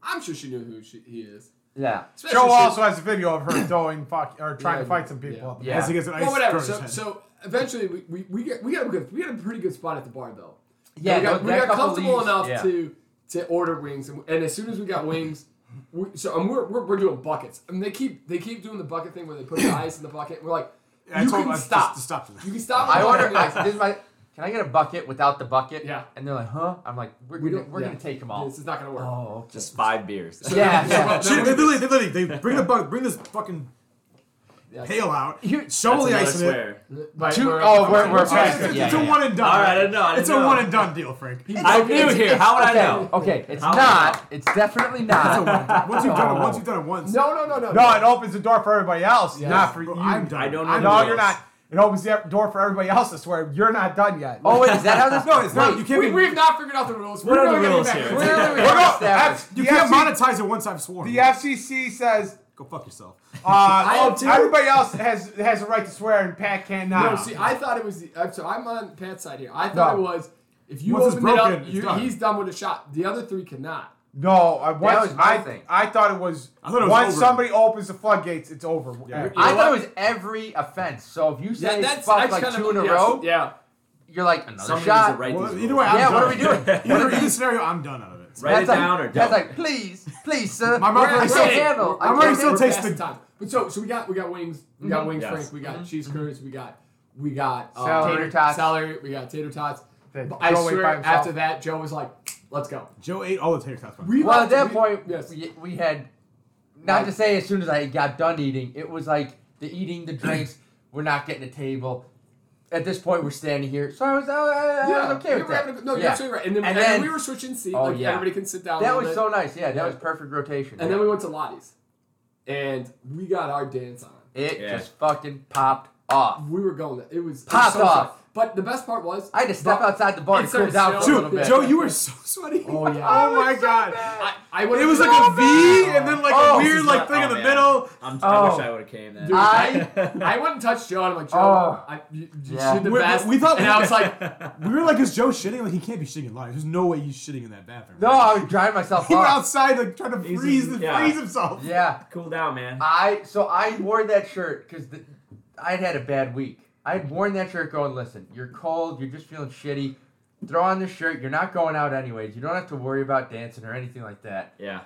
A: I'm sure she knew who she, he is.
B: Yeah.
A: Especially
C: Joe
A: she-
C: also has a video of her throwing fuck or trying
A: Yeah,
C: to fight some people.
A: yeah.
C: up.
B: Yeah.
E: As he gets an ice
A: Well, whatever.
E: thrown in
A: So,
E: his head.
A: so eventually we, we, we get we got a good we got a pretty good spot at the bar though.
B: Yeah.
A: we got,
B: tho-
A: we
B: that
A: got
B: couple
A: comfortable
B: leaves-
A: enough
B: yeah.
A: to to order wings, and, and as soon as we got wings, we, so and we're, we're we're doing buckets. I mean, they keep they keep doing the bucket thing where they put the ice in the bucket. We're like,
E: I
A: you
E: told him
A: can
E: I- just
A: stop.
E: to stop him.
A: You can stop.
B: I order.
A: ordering
B: I,
A: ice.
B: this is my. Can I get a bucket without the bucket?
A: Yeah.
B: And they're like, huh? I'm like, we're
A: We
B: gonna,
A: don't-
B: we're
A: yeah.
B: gonna take them all.
A: This is not gonna work.
B: Oh. okay.
D: Just five beers.
B: Yeah. yeah.
A: so-
E: Shit, they literally, they literally, they bring the buck, bring this fucking
A: Yeah.
E: pail out,
B: You-
E: shovel the
D: That's
E: ice in
D: another
E: it.
D: swear.
A: But
C: Two-
A: we're-
C: oh, we're- we're
E: It's,
C: past
E: it's,
C: it.
B: Yeah,
E: it's a
B: yeah, yeah.
E: one and done.
D: All right, I didn't know, I
E: it's
D: didn't
E: a
D: know.
E: one and done deal, Frank.
D: I knew here. How would I
B: okay,
D: know?
B: Okay, it's
D: How would I
B: not. It's definitely
E: It's a one and
B: not.
E: done. Once you've done it, once you've done it once.
A: No, no, no, no.
C: No, it opens the door for everybody else,
A: Yes.
C: not for you.
E: bro, I'm done.
D: I don't know.
E: I'm
D: the
C: no,
D: rules.
C: you're not. It opens the door for everybody else. I swear, you're not done yet.
B: Oh, wait, is that how this?
E: No, it's not.
B: wait,
E: You can't.
A: We,
E: be-
A: we've not figured out the rules.
D: What
A: We're
D: are
A: gonna
D: the
A: get
D: rules
A: back.
D: here?
A: Clearly, we
B: We're
A: haven't
B: not-
A: established.
E: You
C: The
E: can't
C: FC
E: monetize it once I've sworn.
C: The FCC says
E: Go fuck yourself.
C: uh,
A: am
C: oh,
A: too.
C: everybody else has has a right to swear, and Pat cannot.
A: No, see, I thought it was. The, I'm, so I'm on Pat's side here. I thought
C: No.
A: it was if you
E: Once it's
A: open it up,
E: broken, it's
A: you-
E: done.
A: he's done with a shot. The other three cannot.
C: No, I once,
B: was my
C: I,
B: thing.
C: I thought it was
E: I thought it was
C: once
E: over.
C: somebody opens the floodgates, it's over.
E: Yeah.
B: I
A: know
B: thought
A: what?
B: it was every offense. So if you
A: Yeah,
B: say
A: that's
B: fuck
A: that's
B: like
A: kind
B: two
A: of
B: in a
A: yes,
B: row,
A: Yeah,
B: you're like another
D: Somebody needs to
B: shot.
D: write
E: Well,
D: these
E: either
D: rules.
E: way, I'm
B: Yeah, what
E: done.
B: are we doing? What are
E: Either,
B: we-
E: either scenario, I'm done out of it.
D: Write it
B: That's like-
D: down or
B: That's
D: don't.
B: like, please, please, sir.
E: My mouth
B: I
E: hurts.
B: can't
E: Hey,
B: handle. I
E: my mouth
B: can't
E: still
A: We're
B: handle.
E: tastes
A: past
E: the-
A: time. But so so we got we got wings. We
B: Mm-hmm.
A: got wings,
D: Yes.
A: Frank. We got cheese curds. We got we got uh,
C: Celery.
B: Tater tots.
A: Celery. We got tater tots.
C: That
A: But I
C: Joe ate
A: swear,
C: by himself.
A: after that, Joe was like, "Let's go."
E: Joe ate all the tater tots.
A: We
B: Well, at
A: left-
B: that
A: we-
B: point,
A: yes.
B: we, we had. Not to
A: Right.
B: say, as soon as I got done eating, it was like the eating, the drinks. we're not getting a table. At this point, we're standing here, so I was, I, I, I was
A: we
B: okay with
A: were
B: that.
A: having a, good- no, you're
B: Yeah.
A: absolutely right. And then,
B: And
A: and then
B: then-
A: we were switching seats.
B: Oh,
A: like
B: yeah.
A: everybody can sit down. a
B: That
A: little bit.
B: was so nice. Yeah, that
A: Yeah.
B: was perfect rotation.
A: And then we went to Lottie's, and we got our dance on.
B: it
D: Yeah.
B: just fucking popped off.
A: We were going. It was it was
B: Popped
A: so
B: off.
A: fun. But the best part was
B: I had to step
A: But-
B: outside the bar to
A: It's
B: cool
A: so
B: down for a
A: chill.
B: little
E: Dude,
B: bit.
E: Joe, you were so sweaty.
A: Oh, yeah.
E: Oh my
B: so
E: god.
B: bad.
A: I, I
E: It
A: would've-
E: was like a V and then like a
B: Oh, this
E: weird
B: is
E: like thing in the middle.
D: I'm, I
B: Oh.
D: wish I would have came then.
A: Dude,
B: I-
A: I wouldn't touch Joe. And I'm like Joe.
B: Oh.
A: I, you, you
B: Yeah.
A: did the
E: We-
A: best.
E: we thought-
A: and I was like,
E: We were like, is Joe shitting? Like he can't be shitting live. There's no way he's shitting in that bathroom.
B: no, I was drying myself
E: he went
B: off.
E: outside like trying to
D: He's-
E: freeze the,
D: yeah.
E: freeze himself.
B: Yeah,
D: cool down, man.
B: I so I wore that shirt because I'd had a bad week. I had worn that shirt going, listen, you're cold, you're just feeling shitty. Throw on this shirt. You're not going out anyways. You don't have to worry about dancing or anything like that.
D: Yeah,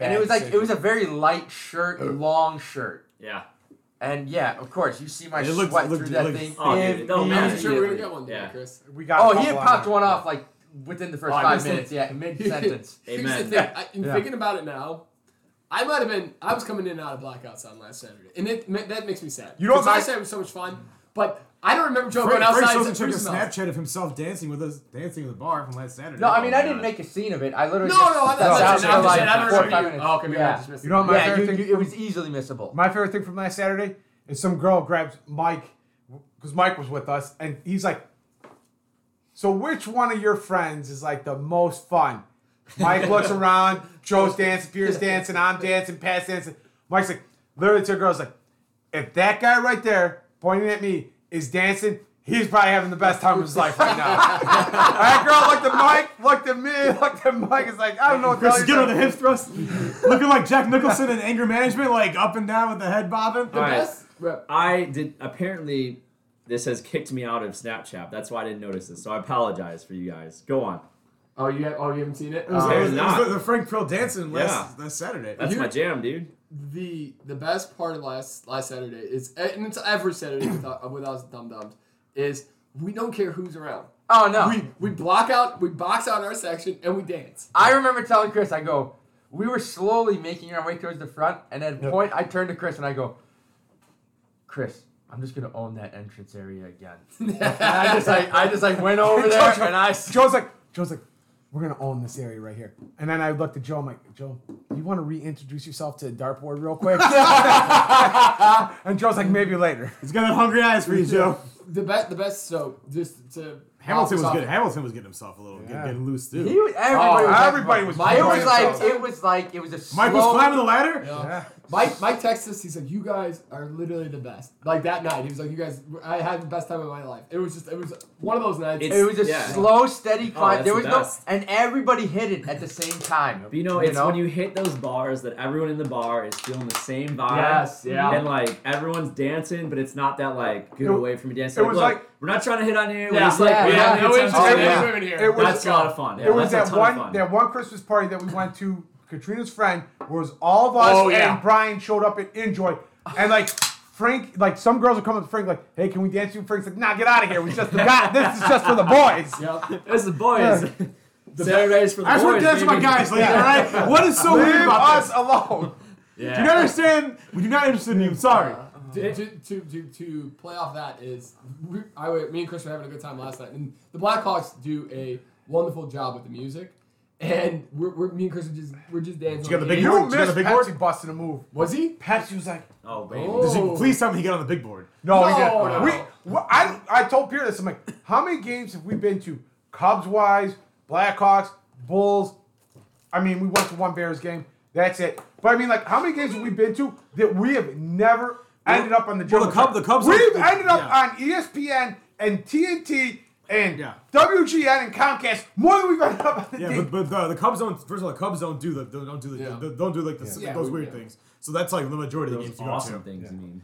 B: and it was like it was a very light shirt, long shirt.
D: yeah.
B: And yeah, of course, you see my
E: It
B: sweat
E: looked- it looked-
B: through
E: it
B: that
E: looked-
B: thing.
D: Oh, dude, it don't
B: It-
A: I'm
D: matter.
A: sure we're gonna get
D: Yeah.
A: one day,
D: Yeah.
A: Chris.
C: we got. a
B: Oh, he had
C: couple
B: popped
C: on
B: one off like within the first
A: Oh, I
B: five
A: missed it.
B: minutes. Yeah, mid sentence.
A: Here's the
D: Amen.
A: thing. I, in
C: Yeah.
A: thinking about it now, I might have been. I was coming in and out of blackouts on last Saturday, and it ma- that makes me sad.
C: You know what,
A: Because
C: Mike-
A: last Saturday was so much fun, but I don't remember Joe
E: Frank,
A: going outside.
E: Frank
A: and
E: took a
A: freezing myself.
E: Snapchat of himself dancing with us, dancing in the bar from last Saturday.
B: No, I mean I
D: my
B: didn't
D: God.
B: make a scene of it. I literally
A: No,
B: just
A: no, I'm
B: that
A: not
B: was
A: saying- I'm
B: for
A: just
B: like
A: saying I don't
B: four or
A: remember
B: five
A: you.
B: minutes.
A: Oh, okay, maybe I
B: yeah.
A: just missed
C: You know what my
B: yeah,
C: favorite
B: you,
C: thing?
B: you, it was easily missable.
C: My favorite thing from last Saturday is some girl grabs Mike because Mike was with us, and he's like, "So which one of your friends is like the most fun?" Mike looks around. Joe's dancing, Pierce dancing, I'm dancing, Pat's dancing. Mike's like, literally, to a girl's like, "If that guy right there pointing at me is dancing." He's probably having the best time of his life right now. that girl looked at Mike, looked at me, looked at Mike. It's like, I don't know what
E: Chris
C: the
E: is
C: hell
E: good
C: you're
E: on the hip thrust, looking like Jack Nicholson in Anger Management, like up and down with the head bobbing.
D: All right.
A: Yes. Well,
D: I did apparently this has kicked me out of Snapchat. That's why I didn't notice this. So I apologize for you guys. Go on.
A: Oh, you have, oh, you haven't seen it.
E: It was,
A: Um,
E: it was- it was
D: not.
E: the, the Frank Pearl dancing last last Saturday.
D: That's
A: You-
D: my jam, dude.
A: the the best part of last last Saturday is, and it's every Saturday without without dum dums, is we don't care who's around.
B: Oh no.
A: We we block out, we box out our section, and we dance.
B: I remember telling Chris, I go, we were slowly making our way towards the front, and at a point I turned to Chris and I go, Chris, I'm just gonna own that entrance area again. and I just like I just like went over there
C: Joe's like-
B: and I s-
C: Joe's like, Joe's like, we're gonna own this area right here. And then I looked at Joe. I'm like, Joe, you want to reintroduce yourself to dartboard real quick? now. And Joe's like, maybe later.
E: He's got hungry eyes for you, Joe.
A: The best, the best. So just to
E: Hamilton was
A: off-
E: good. Hamilton was getting himself a little good,
C: Yeah.
E: getting loose
B: He
E: too.
B: was, everybody
A: Oh,
B: was
C: everybody was
B: It was
A: Mike
B: like
A: was-
B: it was like it was a slow.
E: Mike was climbing the ladder.
A: Yeah.
C: Yeah.
A: Mike, Mike texts us. He said, "You guys are literally the best." Like that night, he was like, "You guys, I had the best time of my life." It was just, it was one of those nights.
D: It's-
B: It was a
D: Yeah. Oh,
B: slow, steady climb.
D: that's
B: there
D: the
B: was no,
D: best.
B: and everybody hit it at the same time.
D: But you know, it's when you hit those bars that everyone in the bar is feeling the same vibe.
A: Yes, yeah.
D: And like everyone's dancing, but it's not that like get
C: It-
D: away from your dance.
C: it
D: Like,
C: was
D: look,
C: like-
D: we're not trying to hit on you. We're
A: Yeah,
D: just like
A: yeah,
D: we
A: yeah,
D: have
A: no
D: good
A: interest
D: time.
A: in
D: Yeah.
A: you. women here.
C: It was,
D: That's a lot of fun. Yeah,
C: it was
D: that's a
C: that
D: ton of
C: one
D: fun.
C: that one Christmas party that we went to Katrina's friend was all of us
A: Oh, yeah.
C: and Brian showed up at Enjoy and like Frank like some girls would come up to Frank like hey can we dance you Frank's like nah get out of here we just the guy this is just for the boys
A: Yep.
D: This is the boys. Saturdays for the
E: I just want
D: boys.
E: to dance with my
D: baby.
E: guys, lady. All right. What is so weird
C: leave
E: about
C: us
E: this?
C: alone
D: Yeah.
E: Do you not understand? We do not understand you. I'm sorry.
A: to, to, to, to, to play off that is, we, I, wa- me and Chris were having a good time last night, and the Blackhawks do a wonderful job with the music, and we're, we're me and Chris are just we're just dancing.
E: got the big
A: And-
E: board?
C: you
E: you got
C: missed
E: a big
C: Pepsi busting a move
A: Was he?
C: Pepsi was like
D: Oh baby.
A: Oh.
E: Did you- please tell me he got on the big board.
C: No,
A: No,
C: we didn't.
A: no.
C: We, well, I, I told Peter this. I'm like, how many games have we been to? Cubs wise, Blackhawks, Bulls. I mean, we went to one Bears game. That's it. But I mean, like, how many games have we been to that we have never ended up on the?
E: well, the
C: Jumbotron?
E: Cub- the Cubs-
C: We've
E: the-
C: ended up
E: yeah.
C: on E ESPN and TNT and
E: Yeah.
C: WGN and Comcast more than we've ended up on the.
E: Yeah,
C: D-
E: but, but the, the Cubs don't. First of all, the Cubs don't do the don't don't do the,
A: Yeah.
E: the- don't do like the,
A: Yeah.
E: those
A: Yeah.
E: weird
A: Yeah.
E: things. So that's like the majority of the
D: Those
E: games you go
D: awesome
E: to.
D: things. I mean,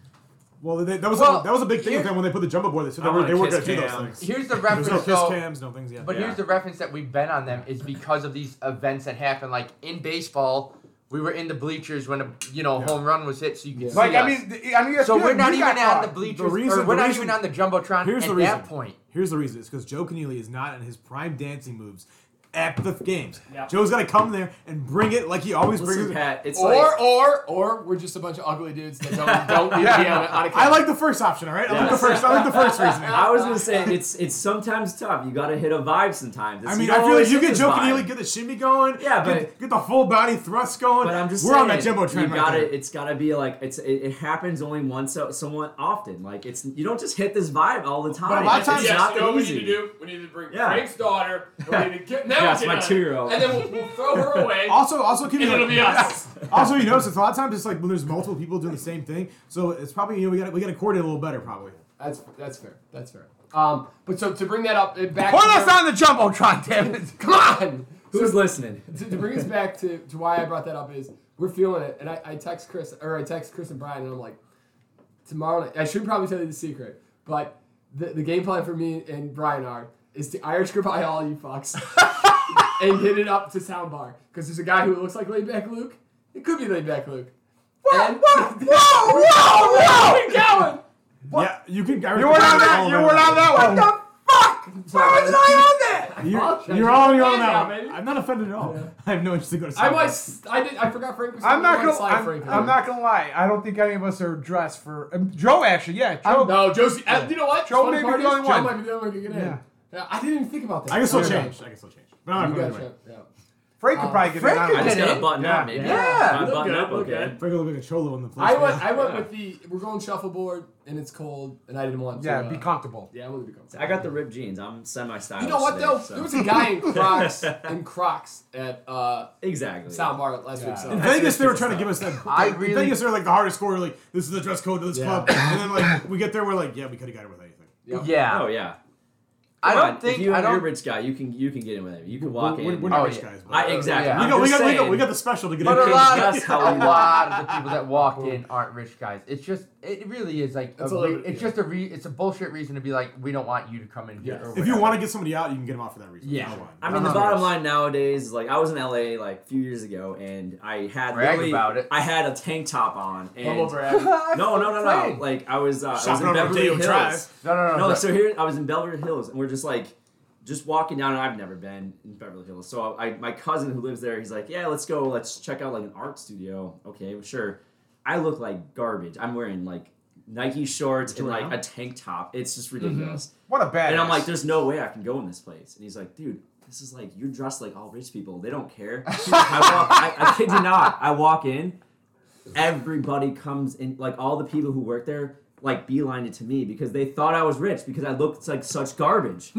E: Well, they, that was
B: Well,
E: a, that was a big thing
B: here-
E: with them when they put the jumbo board. They said
D: I
E: they were
D: wanna
E: they were
D: kiss
E: going to do
D: cam.
E: those things.
B: Here's the
E: There's
B: reference,
E: no kiss
B: though.
E: cams, no things. Yeah.
B: But
D: Yeah.
B: here's the reference that we've been on them is because of these events that happen. Like in baseball, we were in the bleachers when a you know
E: Yeah.
B: home run was hit, so you could
A: Yeah.
B: see
C: like, I
B: us.
C: mean, the, on E ESPN,
B: so we're not
C: we
B: even
C: got
B: on
C: caught.
B: the bleachers,
E: reason-
B: or we're
E: the
B: not
E: reason-
B: even on the jumbotron
E: Here's
B: at
E: the reason.
B: that point.
E: Here's the reason. It's because Joe Keneally is not in his prime dancing moves at the games. Joe's got to come there and bring it like he always brings.
D: listen,
E: it.
D: Pat. It's
A: Or
D: like
A: or or we're just a bunch of ugly dudes that don't don't need to be on, a- on a
E: I like the first option. All right, I like the
D: Yes.
E: first. I like the first reasoning.
D: I was gonna say it's it's sometimes tough. You gotta hit a vibe sometimes. It's,
E: I
D: you
E: mean,
D: don't
E: I feel
D: always
E: like you
D: hit
E: get
D: this
E: Joe
D: vibe.
E: Keneally, get the shimmy going.
D: Yeah, but-
E: get, get the full body thrust going.
D: But I'm just
E: we're
D: saying,
E: on that jumbo train
D: You
E: right
D: gotta,
E: there.
D: it's gotta be like it's it, it happens only once, so, somewhat often. Like it's you don't just hit this vibe all the time.
E: a lot of
D: It's
E: times-
A: Yes,
D: not
A: you know
D: that
A: what
D: easy.
A: we need to do? We need to bring
D: Yeah.
A: Frank's daughter. We need to get, now
D: Yeah,
A: we
D: it's
A: get
D: my
A: on it.
D: two-year-old.
A: And then we'll, we'll throw her away.
E: Also, also keep
A: and it'll be us.
E: Also, you notice it's a lot of times it's like when there's multiple people doing the same thing, so it's probably you know we got we got to coordinate a little better probably.
A: That's that's fair. That's fair. Um, but so to bring that up uh, back.
C: Put
A: to
C: us
A: where-
C: on the jumbotron, damn it!
A: Come on.
D: Who's listening?
A: to, to bring us back to, to why I brought that up is we're feeling it, and I, I text Chris or I text Chris and Brian, and I'm like, tomorrow night I should probably tell you the secret, but the, the game plan for me and Brian are is to Irish goodbye all you fucks and hit it up to soundbar because there's a guy who looks like laid back Luke. It could be laid back Luke. And
C: whoa, whoa, whoa!
A: Where are we going?
E: Yeah, you can. I
C: You weren't on that. You weren't on that one.
A: fuck? Why was I on that?
E: You're, you're all you're on that
A: Yeah,
E: one.
A: baby.
E: I'm not offended at all. I have no interest in going to.
A: I
E: Starbucks.
A: was. I did. I forgot Frank was.
C: I'm
A: I
C: not
A: wanted
C: gonna.
A: Sly
C: I'm,
A: Frank in
C: I'm
A: there.
C: not gonna lie. I don't think any of us are dressed for. Um, Joe actually, yeah. Joe.
A: No, Josie. uh, You know what?
C: Joe
A: Fun
C: may be
A: part
C: the
A: is
C: only
A: Joe
C: one.
A: might be the only one to get in.
C: Yeah.
A: Yeah, I didn't even think about that.
E: I can still
A: Yeah.
E: change. I can still change. But I'm
A: You
E: not
A: got
E: offended anyway.
A: you. Yeah.
C: Frank could
A: Uh,
C: probably get
B: Frank
C: it on.
B: could
D: I just
B: Get
D: gotta
B: in?
D: button
C: Yeah.
D: up, maybe.
B: Yeah.
D: Gotta
A: Look
D: button
A: good,
D: up,
A: look
D: okay.
A: good.
E: Frank looked like a cholo on the floor.
A: I went. I went
D: Yeah.
A: with the. We're going shuffleboard, and it's cold, and I didn't want.
C: Yeah,
A: to, uh,
C: be comfortable.
A: Yeah, I wanted to be comfortable.
D: I got the ripped jeans. I'm semi-stylish.
A: You know what
D: today,
A: though?
D: so-
A: There was a guy in Crocs in Crocs at uh,
D: exactly.
A: Soundbar last week. So
E: In
D: That's
E: Vegas, they were
D: racist
E: trying to
D: stuff.
E: give us that.
B: I
E: in
B: really-
E: Vegas, they're like the hardest core. Like this is the dress code to this
A: Yeah.
E: club, and then like we get there, we're like, yeah, we could have got it with anything.
A: yeah.
B: Yeah,
D: Oh yeah.
B: I
D: Come on,
B: don't think
D: If you
B: I
D: and you're
B: don't.
D: rich guy, you can you can get in with him. You can walk
E: we're,
D: in.
E: We're not
B: Oh,
E: rich
B: yeah.
E: guys. But
D: I, exactly.
B: Yeah.
E: We
D: I'm
E: got, we,
D: just
E: got, we, got,
D: saying.
E: we got the special to get
B: But
E: in.
B: a lot,
D: That's how
B: a
D: we
B: lot of the people that walk in aren't rich guys. It's just, it really is like, a
A: It's a
B: re-
A: little-
B: it's
A: yeah.
B: just a re, it's a bullshit reason to be like, we don't want you to come in here.
A: Yes.
B: or
E: If you
B: whatever.
E: want to get somebody out, you can get them out for that reason.
B: Yeah.
E: I don't
D: I
E: mind.
D: mean, the
B: Uh-huh.
D: bottom line nowadays is like I was in LA like a few years ago, and I had
B: Brag
D: literally-
B: about it.
D: I had a tank top on, and
A: Bubble
D: no,
A: brag.
D: no, no, no.
B: Playing.
D: Like I was, uh, I was
E: Shopping
D: in
E: on
D: Beverly
E: Rodeo
D: Hills.
E: Drive.
B: no, no, no,
D: No,
B: no.
D: so here I was in Beverly Hills, and we're just like, just walking down. And I've never been in Beverly Hills, so I, my cousin who lives there, he's like, yeah, let's go, let's check out like an art studio. Okay, well, sure. I look like garbage. I'm wearing like Nike shorts and like a tank top. It's just ridiculous.
E: Mm-hmm.
C: What a bad.
D: And I'm like, there's no way I can go in this place. And he's like, dude, this is like, you're dressed like all rich people. They don't care. I, walk, I, I kid you not. I walk in. everybody comes in, like all the people who work there, like beeline it to me because they thought I was rich because I looked like such garbage.
C: Oh,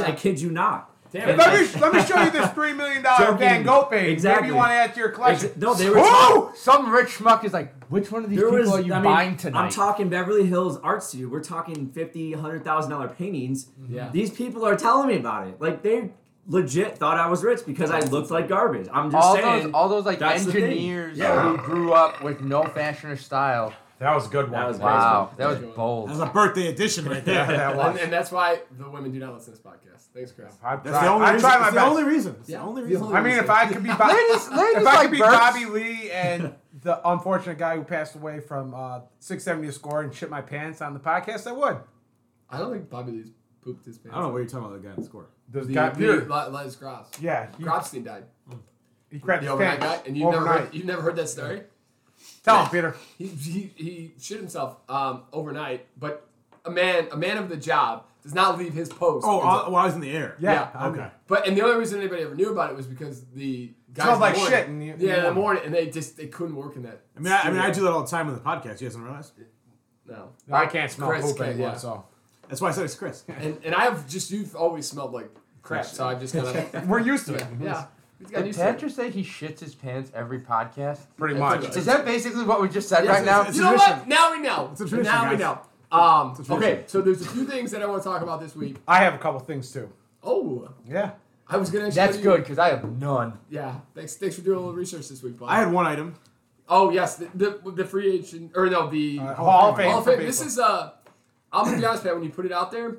D: I kid you not.
A: Damn
D: And
A: it.
C: Let
D: like-
C: me, let me show you this $3 million
D: Joking.
C: Van Gogh painting. Maybe
D: Exactly.
C: you want to add to your collection.
D: Ex- no, they were-
C: Woo!
B: Some rich schmuck is like, which one of these
D: There
B: people
D: was,
B: are you
D: I mean,
B: buying tonight?
D: I'm talking Beverly Hills Art Studio. We're talking fifty, hundred thousand dollar paintings.
A: Yeah.
D: These people are telling me about it. Like they legit thought I was rich because I looked like garbage. I'm just
B: all
D: saying.
B: those, all those like
D: that's the thing.
B: engineers
D: Yeah.
B: who grew up with no fashion or style.
C: That was a good one.
D: That was
B: Wow, that
A: That's
B: was
A: good.
E: That was
B: bold.
E: a birthday edition right there.
C: Yeah, that was.
A: And, and that's why the women do not listen to this podcast. Thanks, Chris.
C: I've
E: That's the only
C: I
E: reason.
C: tried my
E: it's the
C: best.
E: only reason. It's
A: Yeah.
E: the only
A: The
E: reason.
A: only-
C: I mean, if I could be, Bob-
B: Ladies- ladies
C: if I
B: like
C: could be
B: Burks.
C: Bobby Lee and the unfortunate guy who passed away from uh, 670 score and shit my pants on the podcast, I would.
A: I don't think Bobby Lee's pooped his pants.
E: I don't know what you're talking about. The guy in the score.
C: The,
A: The,
C: guy,
A: the,
C: dude,
A: Li- Linus Gross.
C: yeah, he,
A: Grobstein died.
C: he grabbed
A: The
C: his
A: overnight guy.
C: pants.
A: And you've never,
C: overnight.
A: heard, you've never heard that story?
C: Tell him, Peter.
A: He, he, he shit himself um, overnight, but a man a man of the job does not leave his post.
E: Oh, while I was in the air.
C: Yeah.
A: Yeah,
C: I'm-
E: Okay.
A: But and the only reason anybody ever knew about it was because the guys
C: Smelled
A: in the
C: like
A: morning-
C: shit in the- in the
A: yeah, in the
C: morning.
A: morning, and they just they couldn't work in that.
E: I mean, I, I mean, I do
A: studio.
E: that all the time on the podcast. You guys don't realize.
A: no.
C: I can't smell
A: Chris
C: poop
A: can,
C: anymore,
A: yeah.
C: so.
E: That's why I said it's Chris.
A: And and I've just you've always smelled like crap, so I've just kind of
C: We're used to it.
A: yeah. He's got
B: Did
A: used to it.
B: Thatcher say he shits his pants every podcast?
C: Pretty
A: That's
C: much.
A: okay.
B: Is that basically what we just said
E: Yes,
B: right now?
E: it's-
A: You know
E: tradition.
A: what? Now we know.
E: It's a tradition,
A: now we
E: guys.
A: know. Um,
E: It's a tradition.
A: okay, so there's a few things that I want to talk about this week.
C: I have a couple things too.
A: Oh,
C: Yeah.
A: I was gonna.
B: That's
A: actually-
B: good because I have none.
A: Yeah, thanks. Thanks for doing a little research this week, Bob.
E: I had one item.
A: oh yes, the, the the free agent or no the
C: Uh, Hall of Fame.
A: Hall of
C: for
A: Fame. This
C: baseball.
A: is uh, I'm gonna be honest, Pat. When you put it out there,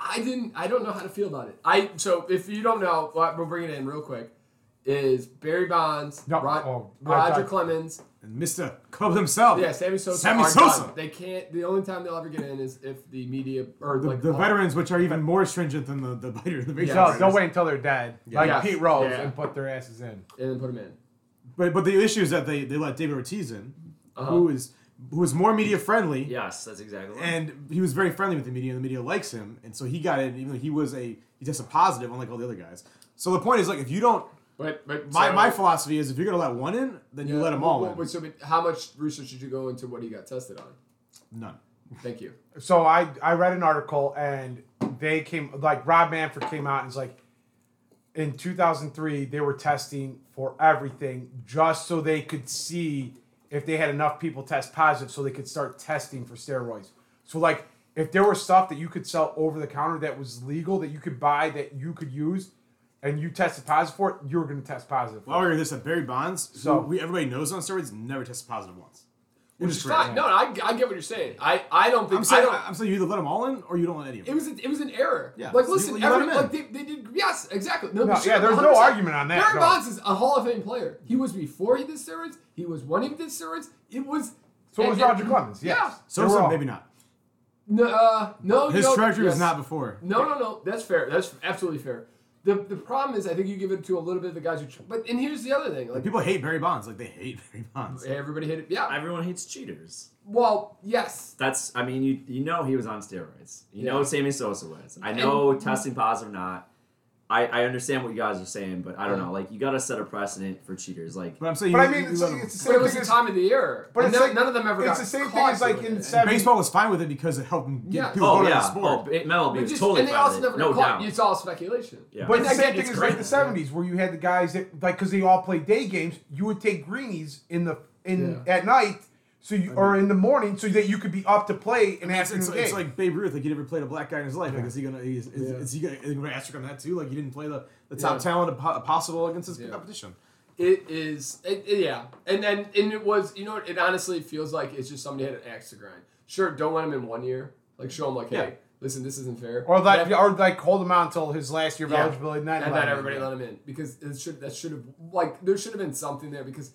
A: I didn't. I don't know how to feel about it. I so if you don't know, well, we'll bring it in real quick. Is Barry Bonds,
C: No,
A: Rod-
C: oh, Rod-
A: Roger Clemens,
E: And Mr. Cub himself.
A: yeah, Sammy Sosa.
E: Sammy
A: are
E: Sosa.
A: done. They can't. The only time they'll ever get in is if the media or
E: The,
A: like
E: the
A: all-
E: veterans, which are even more stringent than the, the biter in the baseball.
C: No,
A: Yes.
C: they'll wait until they're dead. Like
A: Yes.
C: Pete Rose
A: Yeah.
C: and put their asses in.
A: and then put them in.
E: But but the issue is that they, they let David Ortiz in,
A: Uh-huh.
E: who is who is more media friendly.
D: yes, that's exactly. Right.
E: And he was very friendly with the media, and the media likes him, and so he got in, even though he was a he tested positive, unlike all the other guys. So the point is, like, if you don't,
A: But but
E: my,
A: so-
E: my philosophy is, if you're gonna let one in, then you let them all
A: Well,
E: in.
A: well, so, but how much research did you go into what he got tested on?
E: None.
A: Thank you.
C: So I I read an article and they came like Rob Manfred came out and was like in 2003 they were testing for everything just so they could see if they had enough people test positive so they could start testing for steroids. So like if there was stuff that you could sell over the counter that was legal that you could buy that you could use and you tested positive for it, you were going to test positive. for it.
E: While we were this, that Barry Bonds, so
C: So-
E: we everybody knows on steroids, never tested positive once.
A: Which
E: is
A: is
E: great.
A: fine. No, no, I, I get what you're saying. I, I don't think
E: I'm saying,
A: I don't.
E: I am saying you either let them all in or you don't let any of
A: it
E: them.
A: was a, it was an error.
E: Yeah.
A: Like
E: You-
A: listen,
E: you let
A: every,
E: him in.
A: like they, they did yes exactly. No,
C: No,
A: sure,
C: yeah, there's no
A: 100%.
C: argument on that,
A: Barry
C: no.
A: Bonds is a Hall of Fame player. He was before he did steroids. He was when he did steroids. It was.
C: So it
A: and-
C: was
A: and-
C: Roger Clemens. Yes.
A: Yeah.
E: So,
C: They were
E: so
C: all-
E: maybe not.
A: No, uh, no.
E: His
A: no,
E: trajectory was
A: yes.
E: not before.
A: No, no, no. That's fair. That's absolutely fair. The the problem is, I think you give it to a little bit of the guys who. tr- But and here's the other thing. Like
E: People hate Barry Bonds, like they hate Barry Bonds.
A: everybody hit it. Yeah.
D: Everyone hates cheaters.
A: Well, yes.
D: That's. I mean, you you know he was on steroids. You
A: Yeah.
D: know Sammy Sosa was. I know testing positive or not. I, I understand what you guys are saying, but I don't know. Like you got to set a precedent for cheaters. Like
E: But I'm saying,
C: But
E: you,
C: I mean
E: you
C: it's,
E: let 'em-
C: it's the
A: But
C: same
A: it was
C: thing
A: the
C: as
A: time of the year.
C: but
A: But
C: it's
A: none,
C: like-
A: none of them ever
C: it's
A: got
C: the same thing
A: caught
C: as, like,
A: doing
C: in
A: it.
C: seven-
E: baseball was fine with it because it helped get
A: Yeah.
E: people
D: oh
E: going
D: yeah,
E: on the sport.
D: oh, it- MLB
A: But
D: was
A: just-
D: totally
A: and they
D: fine
A: also
D: with it,
A: never
D: no
A: got caught.
D: doubt.
A: It's all speculation.
D: Yeah.
C: But
D: It's
A: that
C: the same
A: game
C: thing
A: is
C: is like
A: great.
C: the seventies where you had the guys that like because they all played day games, you would take greenies in the in
A: Yeah.
C: at night, so you or in the morning so that you could be up to play and
E: It's,
C: after
E: it's,
C: the
E: it's
C: game.
E: like Babe Ruth, like he never played a black guy in his life. Like, is he gonna is, is,
A: Yeah.
E: is he gonna, is he gonna asterisk on that too? Like, he didn't play the, the top
A: Yeah.
E: talent po- possible against his
A: Yeah.
E: competition.
A: It is, it, it- yeah, and then and it was, you know, what, it honestly feels like it's just somebody had an axe to grind. Sure, don't let him in one year. Like show him, like, hey,
E: Yeah.
A: listen, this isn't fair.
C: or like
A: Yeah.
C: or like hold him out until his last year of
A: Yeah.
C: eligibility. Not
A: and
C: allowed
A: not
C: him.
A: everybody let him in because it should that should have like there should have been something there because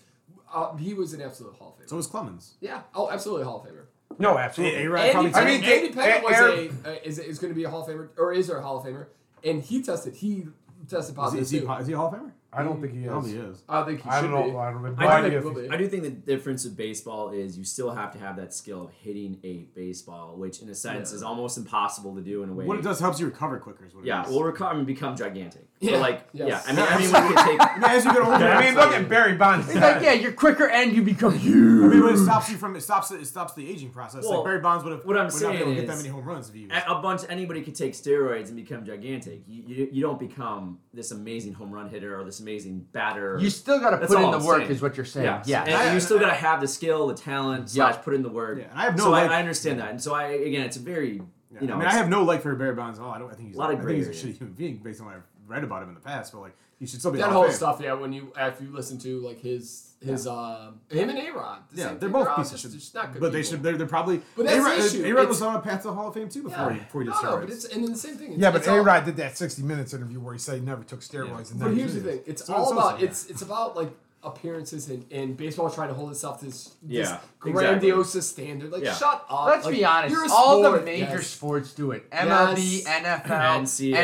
A: uh, he was an absolute Hall of Famer.
E: So was Clemens.
A: yeah, oh, absolutely Hall of Famer.
C: No,
D: Oh.
C: absolutely.
E: A-Rod
A: Andy
E: probably
A: Pettit,
C: I mean,
A: Andy
C: they-
A: Pettit was
C: Aaron-
A: a, uh, is is going to be a Hall of Famer or is a Hall of Famer, and he tested he tested
E: is, he-
A: positive
E: is he,
A: too.
E: po- is he a Hall of Famer?
F: I don't think he
E: Yes.
F: is.
E: He is.
A: I think he
F: I
A: should
F: don't know.
A: be.
F: I don't have no
D: I
F: idea.
A: think
F: if
A: he
F: he-
A: will be.
D: I do think the difference with baseball is you still have to have that skill of hitting a baseball, which in a sense
A: Yeah.
D: is almost impossible to do in a way.
E: What it does helps you recover quicker. Is what it
D: yeah,
E: does.
D: will recover and become gigantic. But,
A: Yeah,
D: like,
A: yes.
D: yeah, I mean, I mean, we could take.
E: Yeah, as you get older,
D: Yeah,
E: I mean, look
D: absolutely.
E: at.
C: at Barry Bonds.
B: It's like, yeah, you're quicker and you become
E: I
B: huge.
E: mean, but it stops you from it stops it stops the aging process.
D: Well,
E: like Barry Bonds would have.
D: what I'm
E: would not be able
D: saying
E: to get that
D: is-
E: many home runs if he was.
D: A a bunch anybody could take steroids and become gigantic. You, you, you don't become this amazing home run hitter or this amazing batter.
B: You still got to
D: That's
B: put in
D: all
B: the
D: I'm
B: work,
D: saying.
B: is what you're saying.
D: Yeah,
B: Yeah.
D: And, and you still gotta have the skill, the talent,
B: Yeah.
D: slash put in the work.
E: Yeah, and I have no
D: So
E: like-
D: I, I understand that, and so I again, it's a very
E: Yeah,
D: you know,
E: I mean, I
D: it's-
E: have no like for Barry Bonds at all. I don't. I think he's
D: A lot of
E: I think he's a
D: gray areas.
E: shitty human being based on what I've read about him in the past. But like, he should still be
A: That
E: Hall of
A: whole
E: Fame.
A: stuff, yeah. When you after you listen to like his his um him and A Rod,
E: Yeah, they're both pieces of shit.
A: not
E: But
A: good
E: they
A: people.
E: should. They're, they're probably.
A: But that's the
E: A-Rod-
A: issue.
E: A-Rod
A: It's-
E: was on a path to the Hall of Fame too before he before he did
A: no, no,
E: steroids.
A: but it's and then the same thing. It's,
F: yeah, but
A: it's all-
F: A Rod did that 60 Minutes interview where he said he never took steroids.
E: Yeah.
F: And
A: But
F: never
A: here's the
F: did it.
A: thing: it's
E: So
A: all
E: it's also-
A: about it's it's about like appearances and, and baseball trying to hold itself to this, this
D: Yeah, exactly.
A: grandiose standard. Like,
D: Yeah.
A: shut up.
B: Let's
A: Like,
B: be honest.
A: You're a
B: All the
A: sport,
B: major
A: yes.
B: sports do it. MLB,
A: Yes.
B: NFL,
D: NCAA.